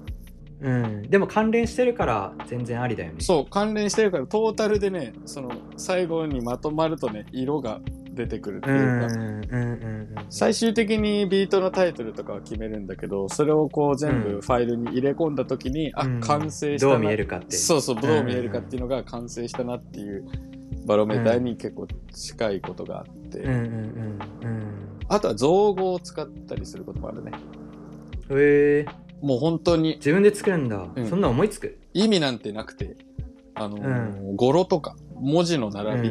[SPEAKER 2] うん、でも関連してるから全然ありだよね。
[SPEAKER 1] そう関連してるからトータルでねその最後にまとまるとね色が出てくるって
[SPEAKER 2] うん、う
[SPEAKER 1] いうか、
[SPEAKER 2] ん、うん、うん。
[SPEAKER 1] 最終的にビートのタイトルとかは決めるんだけどそれをこう全
[SPEAKER 2] う
[SPEAKER 1] 部
[SPEAKER 2] ん
[SPEAKER 1] ファイルに入れ込んだ時に、
[SPEAKER 2] うん
[SPEAKER 1] あ完成したな
[SPEAKER 2] どう見えるかって。
[SPEAKER 1] そうそうどう見えるかっ
[SPEAKER 2] ん
[SPEAKER 1] ていうのが完成したなっていうバロメーターに結構近いことがあって、
[SPEAKER 2] うん、うん、うん。
[SPEAKER 1] あとは造語を使ったりすることもあるね
[SPEAKER 2] うん。へえ
[SPEAKER 1] もう本当に
[SPEAKER 2] 自分で作るんだ。
[SPEAKER 1] ん
[SPEAKER 2] そんな思いつく。
[SPEAKER 1] 意味なんてなくてあのー、語呂とか文字の並び、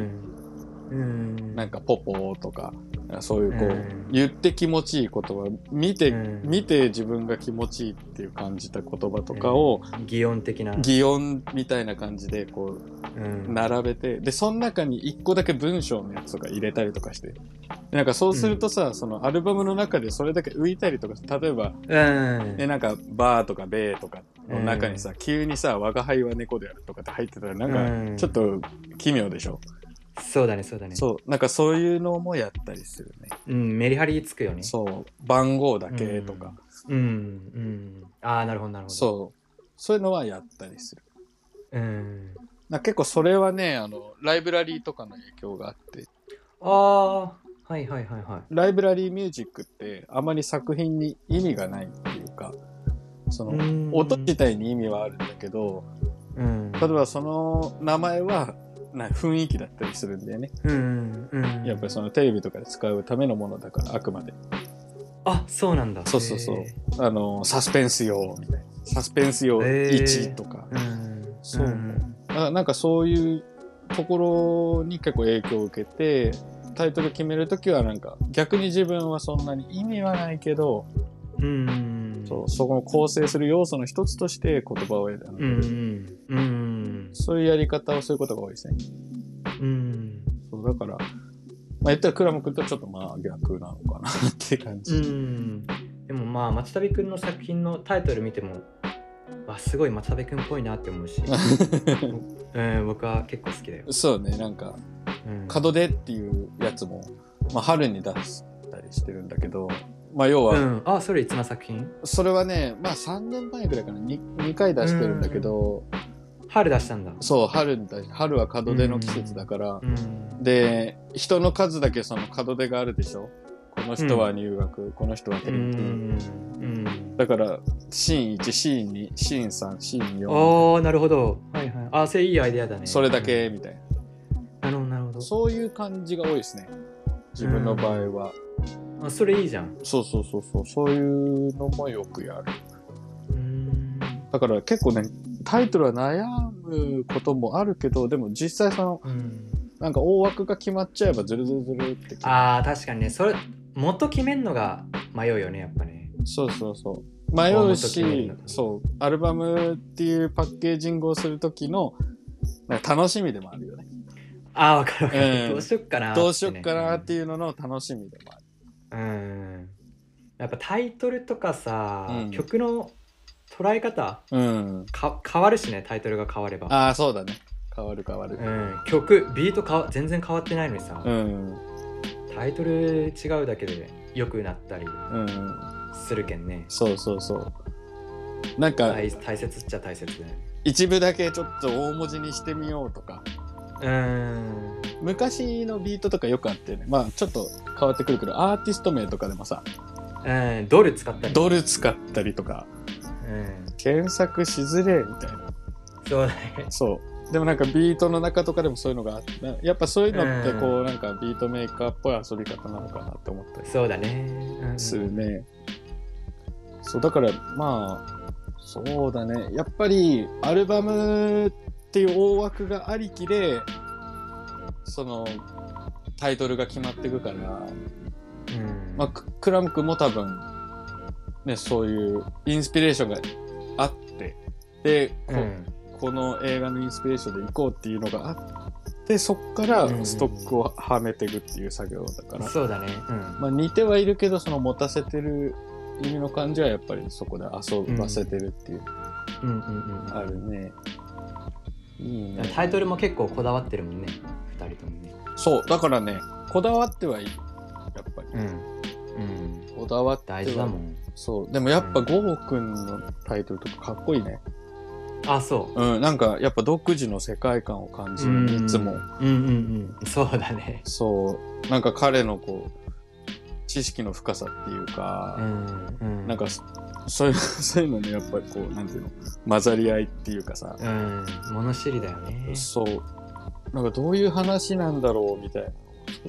[SPEAKER 2] うん。
[SPEAKER 1] なん
[SPEAKER 2] か、
[SPEAKER 1] かポポとかそういうこう、
[SPEAKER 2] うん
[SPEAKER 1] 言って気持ちいい言葉見て、
[SPEAKER 2] うん
[SPEAKER 1] 見て自分が気持ちいいっていう感じた言葉とかを、
[SPEAKER 2] 擬音的な。
[SPEAKER 1] 擬音みたいな感じでこ
[SPEAKER 2] うん
[SPEAKER 1] う並べてでその中に1個だけ文章のやつとか入れたりとかしてなんかそうするとさ、そのアルバムの中でそれだけ浮いたりとか例えば
[SPEAKER 2] うん。
[SPEAKER 1] でなんかバーとかベーとかの中にさ、急にさ「我が輩は猫である」とかって入ってたらなんか
[SPEAKER 2] うん
[SPEAKER 1] ちょっと奇妙でしょ、
[SPEAKER 2] そうだね、そうだね。
[SPEAKER 1] そうなんかそういうのもやったりするね
[SPEAKER 2] うん、メリハリつくよね。
[SPEAKER 1] そう番号だけとか、
[SPEAKER 2] うん、うん。ああ、なるほど、なるほど。
[SPEAKER 1] そうそういうのはやったりする
[SPEAKER 2] う。うん。
[SPEAKER 1] なんか結構それはねあのライブラリーとかの影響があって
[SPEAKER 2] ああ、はいはいはいはい。
[SPEAKER 1] ライブラリーミュージックってあまり作品に意味がないっていうかその、
[SPEAKER 2] うん
[SPEAKER 1] 音自体に意味はあるんだけど
[SPEAKER 2] うん。
[SPEAKER 1] 例えばその名前はな雰囲気だったりするんだよね
[SPEAKER 2] うん、うん。
[SPEAKER 1] やっぱりそのテレビとかで使うためのものだからあくまで
[SPEAKER 2] あ、そうなんだ。
[SPEAKER 1] そうそうそう
[SPEAKER 2] へ
[SPEAKER 1] あのサスペンス用みたいなサスペンス用
[SPEAKER 2] へー
[SPEAKER 1] 1とか
[SPEAKER 2] ー。うん。
[SPEAKER 1] そうんあなんかそういうところに結構影響を受けてタイトル決めるときはなんか逆に自分はそんなに意味はないけど、
[SPEAKER 2] うん。
[SPEAKER 1] そうそこの構成する要素の一つとして言葉を選ぶ、
[SPEAKER 2] うん。うん。うん。
[SPEAKER 1] そういうやり方をすることが多いですね
[SPEAKER 2] うん。
[SPEAKER 1] そうだから、まあ、言ったらクラム君とちょっとまあ逆なのかなって感
[SPEAKER 2] う
[SPEAKER 1] じ、
[SPEAKER 2] ん。でもまあ、松旅くんの作品のタイトル見ても、わ、すごい松旅くんっぽいなって 思うし、うん、僕は結構好きだよ。
[SPEAKER 1] そうねなんか
[SPEAKER 2] うん
[SPEAKER 1] 門出っていうやつも、まあ、春に出したりしてるんだけど、まあ、要
[SPEAKER 2] う
[SPEAKER 1] は
[SPEAKER 2] ん。あ、それいつの作品
[SPEAKER 1] それはね、まあ、3年前ぐらいかな 2, 回出してるんだけど、
[SPEAKER 2] 春出したんだ。
[SPEAKER 1] そう春に出し春は門出の季節だから、
[SPEAKER 2] うん。
[SPEAKER 1] で人の数だけその門出があるでしょこの人は入学、この人はテ
[SPEAKER 2] う
[SPEAKER 1] レビ、
[SPEAKER 2] ん。
[SPEAKER 1] だからシーン1シーン2シーン3シーン
[SPEAKER 2] うん。
[SPEAKER 1] 4
[SPEAKER 2] ああ、なるほど。はいはい。あ、それいいアイデアだね。
[SPEAKER 1] それだ。けみたいな、
[SPEAKER 2] なるほど、なるほど。
[SPEAKER 1] そういう感じが多いですね自分の場合は、
[SPEAKER 2] あそれいいじゃん。
[SPEAKER 1] そうそうそうそうそういうのもよくやる
[SPEAKER 2] うん。
[SPEAKER 1] だから結構ねタイトルは悩むこともあるけどでも実際その
[SPEAKER 2] うん
[SPEAKER 1] なんか大枠が決まっちゃえばズルズルズルって
[SPEAKER 2] あー確かにねそれ元決めんのが迷うよねやっぱね
[SPEAKER 1] そうそうそう迷う
[SPEAKER 2] 大元決めるん
[SPEAKER 1] し
[SPEAKER 2] だから
[SPEAKER 1] そうアルバムっていうパッケージングをする時のなんか楽しみでもあるよね
[SPEAKER 2] あーわかるわかる、
[SPEAKER 1] うん
[SPEAKER 2] どうしよっかなーってね
[SPEAKER 1] どうしよっかなっていうのの楽しみでもある
[SPEAKER 2] うんやっぱタイトルとかさ、
[SPEAKER 1] うん
[SPEAKER 2] 曲の捉え方
[SPEAKER 1] うん
[SPEAKER 2] か変わるしねタイトルが変われば、
[SPEAKER 1] ああそうだね変わる変わる
[SPEAKER 2] うん、曲ビートかわ全然変わってないのにさ、
[SPEAKER 1] うん
[SPEAKER 2] タイトル違うだけで良くなったり
[SPEAKER 1] うん
[SPEAKER 2] するけんね
[SPEAKER 1] そうそうそうなんか
[SPEAKER 2] 大大切っちゃ大切で
[SPEAKER 1] 一部だけちょっと大文字にしてみようとか
[SPEAKER 2] うん
[SPEAKER 1] 昔のビートとかよくあってねまあちょっと変わってくるけどアーティスト名とかでもさ
[SPEAKER 2] うんドル使ったり、
[SPEAKER 1] ドル使ったりとか
[SPEAKER 2] うん、
[SPEAKER 1] 検索しづれえみたいな
[SPEAKER 2] そうだね
[SPEAKER 1] そうでもなんかビートの中とかでもそういうのがあってなやっぱそういうのってこう、なんかビートメーカーっぽい遊び方なのかなって思ったり
[SPEAKER 2] そうだね、うん
[SPEAKER 1] するね、そうだからまあそうだねやっぱりアルバムっていう大枠がありきでそのタイトルが決まっていくから
[SPEAKER 2] うん
[SPEAKER 1] まあ、ククラム君も多分、ね、そういうインスピレーションがあって、で、こ
[SPEAKER 2] うん
[SPEAKER 1] この映画のインスピレーションで行こうっていうのがあって、そこからストックをはめていくっていう作業だから、
[SPEAKER 2] そうだね。
[SPEAKER 1] まあ、似てはいるけど、その持たせてる意味の感じはやっぱりそこで遊ばせてるっていう、
[SPEAKER 2] うん。うんうん
[SPEAKER 1] あるね。いい
[SPEAKER 2] うん。
[SPEAKER 1] ね。
[SPEAKER 2] タイトルも結構こだわってるもんね。二人ともね。
[SPEAKER 1] そう、だからね、こだわってはいいやっぱり、
[SPEAKER 2] うん、うん、
[SPEAKER 1] こだわっては
[SPEAKER 2] 大事だもん
[SPEAKER 1] そうでもやっぱゴーくんのタイトルとかかっこいいね
[SPEAKER 2] あそう
[SPEAKER 1] うんなんかやっぱ独自の世界観を感じるいつも
[SPEAKER 2] うんうんうんそうだね
[SPEAKER 1] そうなんか彼のこう知識の深さっていうか
[SPEAKER 2] う、んうん
[SPEAKER 1] なんかそそういう そういうのにやっぱりこうなんていうの混ざり合いっていうかさ、
[SPEAKER 2] うん物知りだよね
[SPEAKER 1] そうなんかどういう話なんだろうみたいな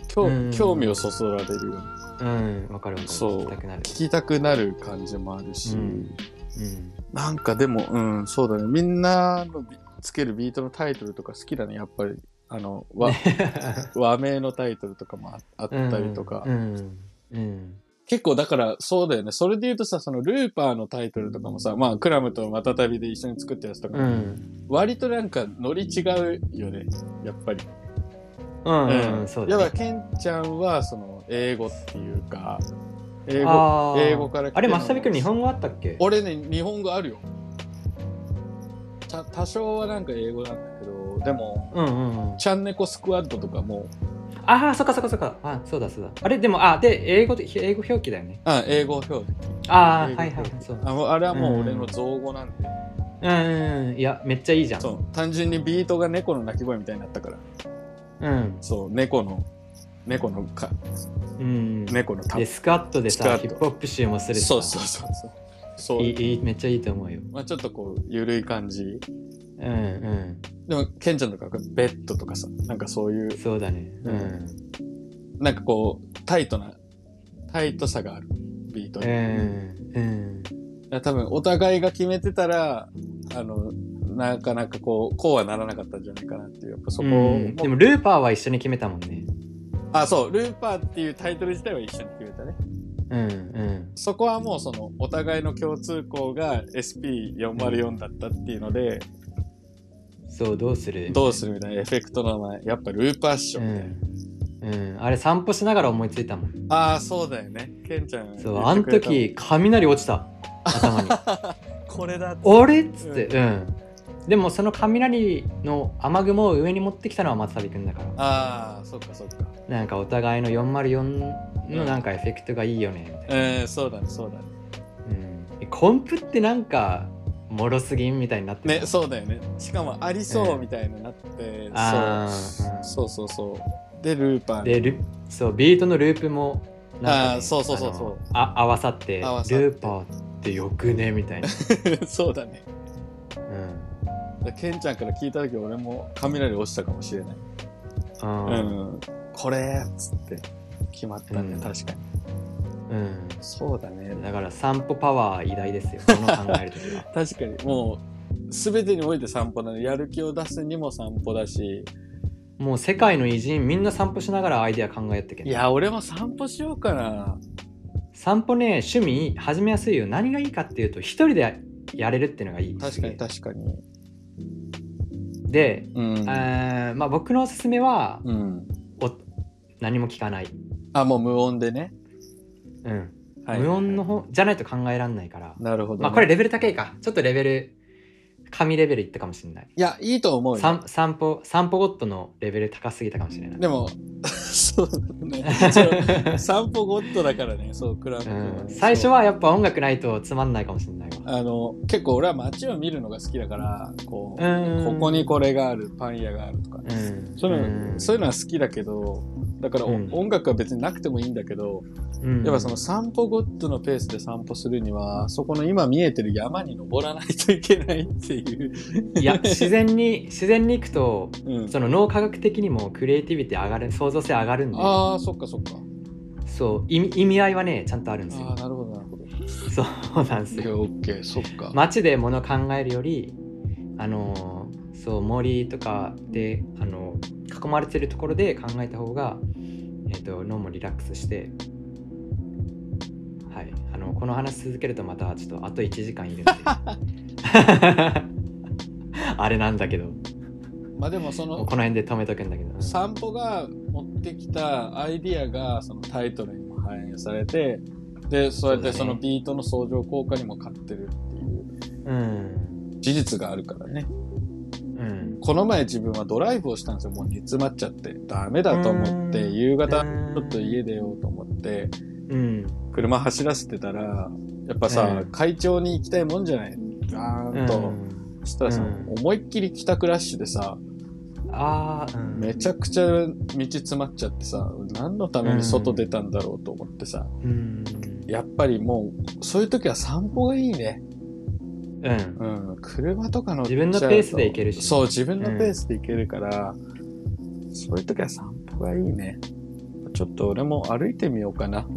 [SPEAKER 1] 興,、
[SPEAKER 2] うん
[SPEAKER 1] 興味をそそられるような
[SPEAKER 2] うんわかるわかる
[SPEAKER 1] そう
[SPEAKER 2] 聞きたくなる
[SPEAKER 1] 聞きたくなる感じもあるし、
[SPEAKER 2] うんうん
[SPEAKER 1] なんかでもうんそうだねみんなのビつけるビートのタイトルとか好きだねやっぱりあの 和和名のタイトルとかもああったりとか、
[SPEAKER 2] うんうん
[SPEAKER 1] 結構だからそうだよねそれで言うとさそのルーパーのタイトルとかもさまあクラムとまたたびで一緒に作ったやつとか、
[SPEAKER 2] うん
[SPEAKER 1] 割となんかノリ違うよねやっぱり、
[SPEAKER 2] うんうんうんそうだ
[SPEAKER 1] や
[SPEAKER 2] ね
[SPEAKER 1] っぱケンちゃんはその英語っていうか英語
[SPEAKER 2] あー
[SPEAKER 1] 英語から来て
[SPEAKER 2] あれ
[SPEAKER 1] の
[SPEAKER 2] マスタビ君日本語あったっけ
[SPEAKER 1] 俺ね日本語あるよた多少はなんか英語なんだけどでも
[SPEAKER 2] うんうんうん
[SPEAKER 1] チャンネコスクワッドとかも
[SPEAKER 2] ああそっかそっかそっかあそうだそうだあれでもあで英語で英語表記だよね
[SPEAKER 1] あ英語表記
[SPEAKER 2] ああは
[SPEAKER 1] 英
[SPEAKER 2] い
[SPEAKER 1] 語
[SPEAKER 2] はい
[SPEAKER 1] 表記
[SPEAKER 2] そう
[SPEAKER 1] あのあれはもう俺の造語なんで、
[SPEAKER 2] うんうんいやめっちゃいいじゃん
[SPEAKER 1] そう単純にビートが猫の鳴き声みたいになったから
[SPEAKER 2] うん
[SPEAKER 1] そう、猫の、猫のか、
[SPEAKER 2] うん
[SPEAKER 1] 猫のタ
[SPEAKER 2] でスカットで
[SPEAKER 1] スカ
[SPEAKER 2] さ
[SPEAKER 1] ット
[SPEAKER 2] ヒップホップ集もするしさ
[SPEAKER 1] そうそうそうそう。そう
[SPEAKER 2] いいいいめっちゃいいと思うよ
[SPEAKER 1] まあちょっとこう、ゆるい感じ。
[SPEAKER 2] うんう、
[SPEAKER 1] でも、ケンちゃんとか、ベッドとかさ、なんかそういうん
[SPEAKER 2] そうだねうん、
[SPEAKER 1] なんかこう、タイトな、タイトさがある、ビート
[SPEAKER 2] う
[SPEAKER 1] に。
[SPEAKER 2] んうん
[SPEAKER 1] だから多分、お互いが決めてたら、あの、なかなかこう、こうはならなかったんじゃないかなっていう、やっぱそこを、
[SPEAKER 2] うんでもルーパーは一緒に決めたもんね
[SPEAKER 1] あ、そう、ルーパーっていうタイトル自体は一緒に決めたね。
[SPEAKER 2] うんうん
[SPEAKER 1] そこはもうその、お互いの共通項が SP404 だったっていうので、
[SPEAKER 2] そうどうする
[SPEAKER 1] どうするみたいなエフェクトの名前やっぱルーパーっしょ
[SPEAKER 2] う
[SPEAKER 1] みたいな、
[SPEAKER 2] ん、うん、あれ散歩しながら思いついたもん
[SPEAKER 1] ああそうだよねケンちゃん
[SPEAKER 2] そうあ
[SPEAKER 1] 言
[SPEAKER 2] ん
[SPEAKER 1] ってくれ
[SPEAKER 2] 時雷落ちた 頭に
[SPEAKER 1] たもんこれだって
[SPEAKER 2] 「あれ?」っつってうんでもその雷の雨雲を上に持ってきたのは松旅君だから
[SPEAKER 1] ああそっかそっか
[SPEAKER 2] なんかお互いの404のなんかエフェクトがいいよねみたいな、
[SPEAKER 1] えー、そうだねそうだね
[SPEAKER 2] うん、コンプってなんかもろすぎんみたいになってる
[SPEAKER 1] ねそうだよねしかもありそうみたいになって、
[SPEAKER 2] あー
[SPEAKER 1] そうそうそうそうでルーパー
[SPEAKER 2] で
[SPEAKER 1] に
[SPEAKER 2] ルそうビートのループもなんかね
[SPEAKER 1] あーそうそうそうそう
[SPEAKER 2] あのあ合わさって
[SPEAKER 1] 合わさって
[SPEAKER 2] ルーパーってよくねみ たいな、
[SPEAKER 1] そうだね
[SPEAKER 2] うん
[SPEAKER 1] だケンちゃんから聞いた時俺も雷落ちたかもしれない
[SPEAKER 2] うん
[SPEAKER 1] うん、これっつって決まったね、
[SPEAKER 2] うん
[SPEAKER 1] 確かに
[SPEAKER 2] うん
[SPEAKER 1] そうだね
[SPEAKER 2] だから散歩パワー偉大ですよ、その考えるとき は。
[SPEAKER 1] 確かにもう全てにおいて散歩なのやる気を出すにも散歩だし
[SPEAKER 2] もう世界の偉人、みんな散歩しながらアイデア考えてけ
[SPEAKER 1] い
[SPEAKER 2] ど。
[SPEAKER 1] や俺も散歩しようかな
[SPEAKER 2] 散歩ね、趣味始めやすいよ。何がいいかっていうと、一人でやれるっていうのがいい。
[SPEAKER 1] 確かに確かに
[SPEAKER 2] で、
[SPEAKER 1] うん、
[SPEAKER 2] えーまあ、僕のおすすめは、
[SPEAKER 1] うん、
[SPEAKER 2] お何も聞かない。
[SPEAKER 1] あもう無音でね、
[SPEAKER 2] うん
[SPEAKER 1] はい
[SPEAKER 2] 無音の方じゃないと考えられないから。
[SPEAKER 1] なるほどね、
[SPEAKER 2] まあ、これレベル高いか。ちょっとレベル、神レベルいったかもしれない。
[SPEAKER 1] いやいいと思うよ
[SPEAKER 2] 散散歩、散歩ゴッドのレベル高すぎたかもし れない。
[SPEAKER 1] でもそうだ ね一応散歩ゴッドだからねそうクラム君はね、
[SPEAKER 2] うん最初
[SPEAKER 1] そう
[SPEAKER 2] はやっぱ音楽ないとつまんないかもしれないわ。
[SPEAKER 1] あの結構俺は街を見るのが好きだからこう、
[SPEAKER 2] うん
[SPEAKER 1] ここにこれがあるパン屋があるとか、
[SPEAKER 2] うん
[SPEAKER 1] そういうの
[SPEAKER 2] ん
[SPEAKER 1] そういうのは好きだけどだからお、
[SPEAKER 2] うん
[SPEAKER 1] 音楽は別になくてもいいんだけど、
[SPEAKER 2] うん
[SPEAKER 1] やっぱその散歩ゴッドのペースで散歩するにはそこの今見えてる山に登らないといけないっていう、
[SPEAKER 2] いや自然に自然に行くと
[SPEAKER 1] うん、
[SPEAKER 2] その脳科学的にもクリエイティビティ上がる創造性上がるんで
[SPEAKER 1] ああそっかそっか
[SPEAKER 2] そう意味意味合いはねちゃんとあるんです
[SPEAKER 1] ああ
[SPEAKER 2] よ
[SPEAKER 1] なるほどなるほど
[SPEAKER 2] そうなんですよ
[SPEAKER 1] オッケーそっか
[SPEAKER 2] 街で物を考えるよりあのーそう森とかであの囲まれてるところで考えた方が、えー、と脳もリラックスしてはいあのこの話続けるとまたちょっとあと1時間いるん であれなんだけど
[SPEAKER 1] まあでもそ
[SPEAKER 2] もう
[SPEAKER 1] の
[SPEAKER 2] この辺で止めとくんだけど、うん
[SPEAKER 1] 散歩が持ってきたアイディアがそのタイトルにも反映されてでそうやってそ
[SPEAKER 2] そうだね
[SPEAKER 1] のビートの相乗効果にも勝ってるっていう
[SPEAKER 2] うん
[SPEAKER 1] 事実があるからね
[SPEAKER 2] うん
[SPEAKER 1] この前自分はドライブをしたんですよ。もう煮詰まっちゃって。ダメだと思って、
[SPEAKER 2] うん
[SPEAKER 1] 夕方ちょっと家出ようと思って、
[SPEAKER 2] うん
[SPEAKER 1] 車走らせてたら、やっぱさ、
[SPEAKER 2] うん
[SPEAKER 1] 会長に行きたいもんじゃないガーンと。そしたらさ、
[SPEAKER 2] うん
[SPEAKER 1] 思いっきり帰宅ラッシュでさ、
[SPEAKER 2] ああ、うん、
[SPEAKER 1] めちゃくちゃ道詰まっちゃってさ、何のために外出たんだろうと思ってさ、
[SPEAKER 2] うん
[SPEAKER 1] やっぱりもう、そういう時は散歩がいいね。
[SPEAKER 2] うん
[SPEAKER 1] うん、車とかの
[SPEAKER 2] 自分のペースで行けるしね
[SPEAKER 1] そう、自分のペースで行けるから、そういう時は散歩がいいね。ちょっと俺も歩いてみようかな。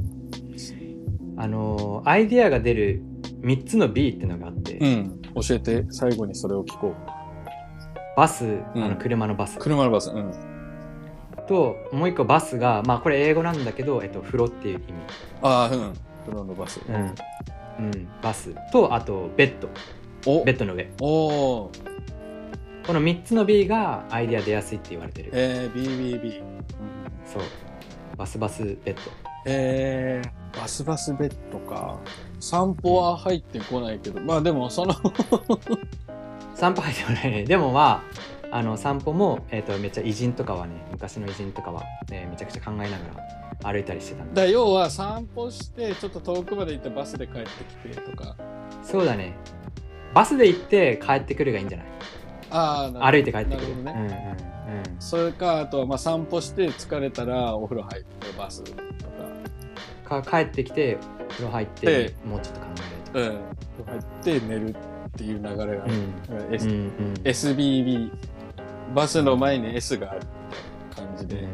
[SPEAKER 2] あのーアイディアが出る3つの B ってのがあって、
[SPEAKER 1] うん。教えて、最後にそれを聞こう。
[SPEAKER 2] バスあ
[SPEAKER 1] う
[SPEAKER 2] の
[SPEAKER 1] ん
[SPEAKER 2] 車のバス、
[SPEAKER 1] 車のバス、うん。
[SPEAKER 2] ともう一個バスがまあこれ英語なんだけど、えっと、風呂っていう意味、
[SPEAKER 1] ああ、うん。車のバス。
[SPEAKER 2] うんうん、バスとあとベッド
[SPEAKER 1] お
[SPEAKER 2] ベッドの上
[SPEAKER 1] おー
[SPEAKER 2] この3つの B がアイディア出やすいって言われてる
[SPEAKER 1] えー、BBB。うん
[SPEAKER 2] そうバスバスベッド
[SPEAKER 1] えー、バスバスベッドか。散歩は入ってこないけど、まあでもその、
[SPEAKER 2] 散歩入ってもない ねでもまああの散歩も、えっとめっちゃ偉人とかはね昔の偉人とかは、ね、めちゃくちゃ考えながら歩いたりしてたんで
[SPEAKER 1] だ要は散歩して、ちょっと遠くまで行ってバスで帰ってきてとか。
[SPEAKER 2] そうだねバスで行って帰ってくるがいいんじゃない
[SPEAKER 1] ああ、
[SPEAKER 2] 歩いて帰ってくる
[SPEAKER 1] なるほどね。
[SPEAKER 2] うんうんうん、
[SPEAKER 1] それか、あとはまあ散歩して疲れたらお風呂入ってバスとか。
[SPEAKER 2] か帰ってきて風呂入って
[SPEAKER 1] で
[SPEAKER 2] もうちょっと考えるとか、
[SPEAKER 1] うん。入って寝るっていう流れがあ
[SPEAKER 2] う
[SPEAKER 1] る。
[SPEAKER 2] んう
[SPEAKER 1] S
[SPEAKER 2] んうん、
[SPEAKER 1] SBB。バスの前に S があるって感じ
[SPEAKER 2] うん
[SPEAKER 1] で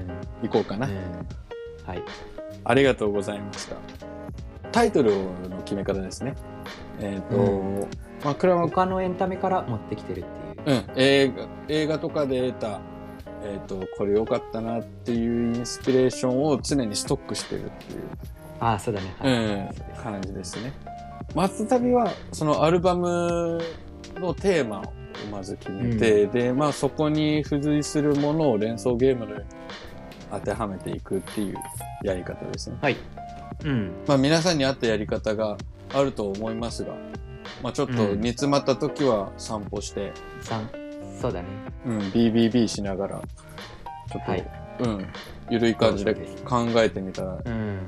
[SPEAKER 1] 行こうかな。
[SPEAKER 2] うんはい
[SPEAKER 1] ありがとうございました。タイトルの決め方ですね。えっ、と、
[SPEAKER 2] う
[SPEAKER 1] まあ、倉間
[SPEAKER 2] 他のエンタメから持ってきてるっていう、
[SPEAKER 1] うん、映画映画とかで得た、えっとこれ良かったなっていうインスピレーションを常にストックしてるっていう
[SPEAKER 2] ああそうだね、はい
[SPEAKER 1] うん
[SPEAKER 2] そうです
[SPEAKER 1] 感じですね。松旅はそのアルバムのテーマをまず決めて、で、まあそこに付随するものを連想ゲームのように当てはめていくっていうやり方ですね。
[SPEAKER 2] はいうん
[SPEAKER 1] まあ皆さんに合ったやり方があると思いますが、まあちょっと
[SPEAKER 2] うん
[SPEAKER 1] 煮詰まった時は散歩して、
[SPEAKER 2] さんそうだね
[SPEAKER 1] うん、BBB しながら、ちょっと、
[SPEAKER 2] はい
[SPEAKER 1] うん、ゆるい感じで
[SPEAKER 2] そうです
[SPEAKER 1] 考えてみたら
[SPEAKER 2] うん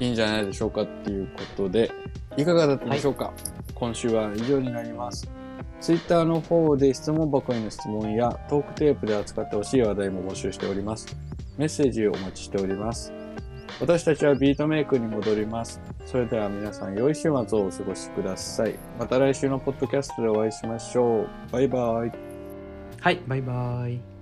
[SPEAKER 1] いいんじゃないでしょうかっていうことで、いかがだったでしょうか、今週は以上になります。Twitter の方で質問箱への質問やトークテープで扱ってほしい話題も募集しております。メッセージをお待ちしております。私たちはビートメイクに戻ります。それでは皆さん良い週末をお過ごしください。また来週のポッドキャストでお会いしましょう。バイバイ。
[SPEAKER 2] はいバイバイ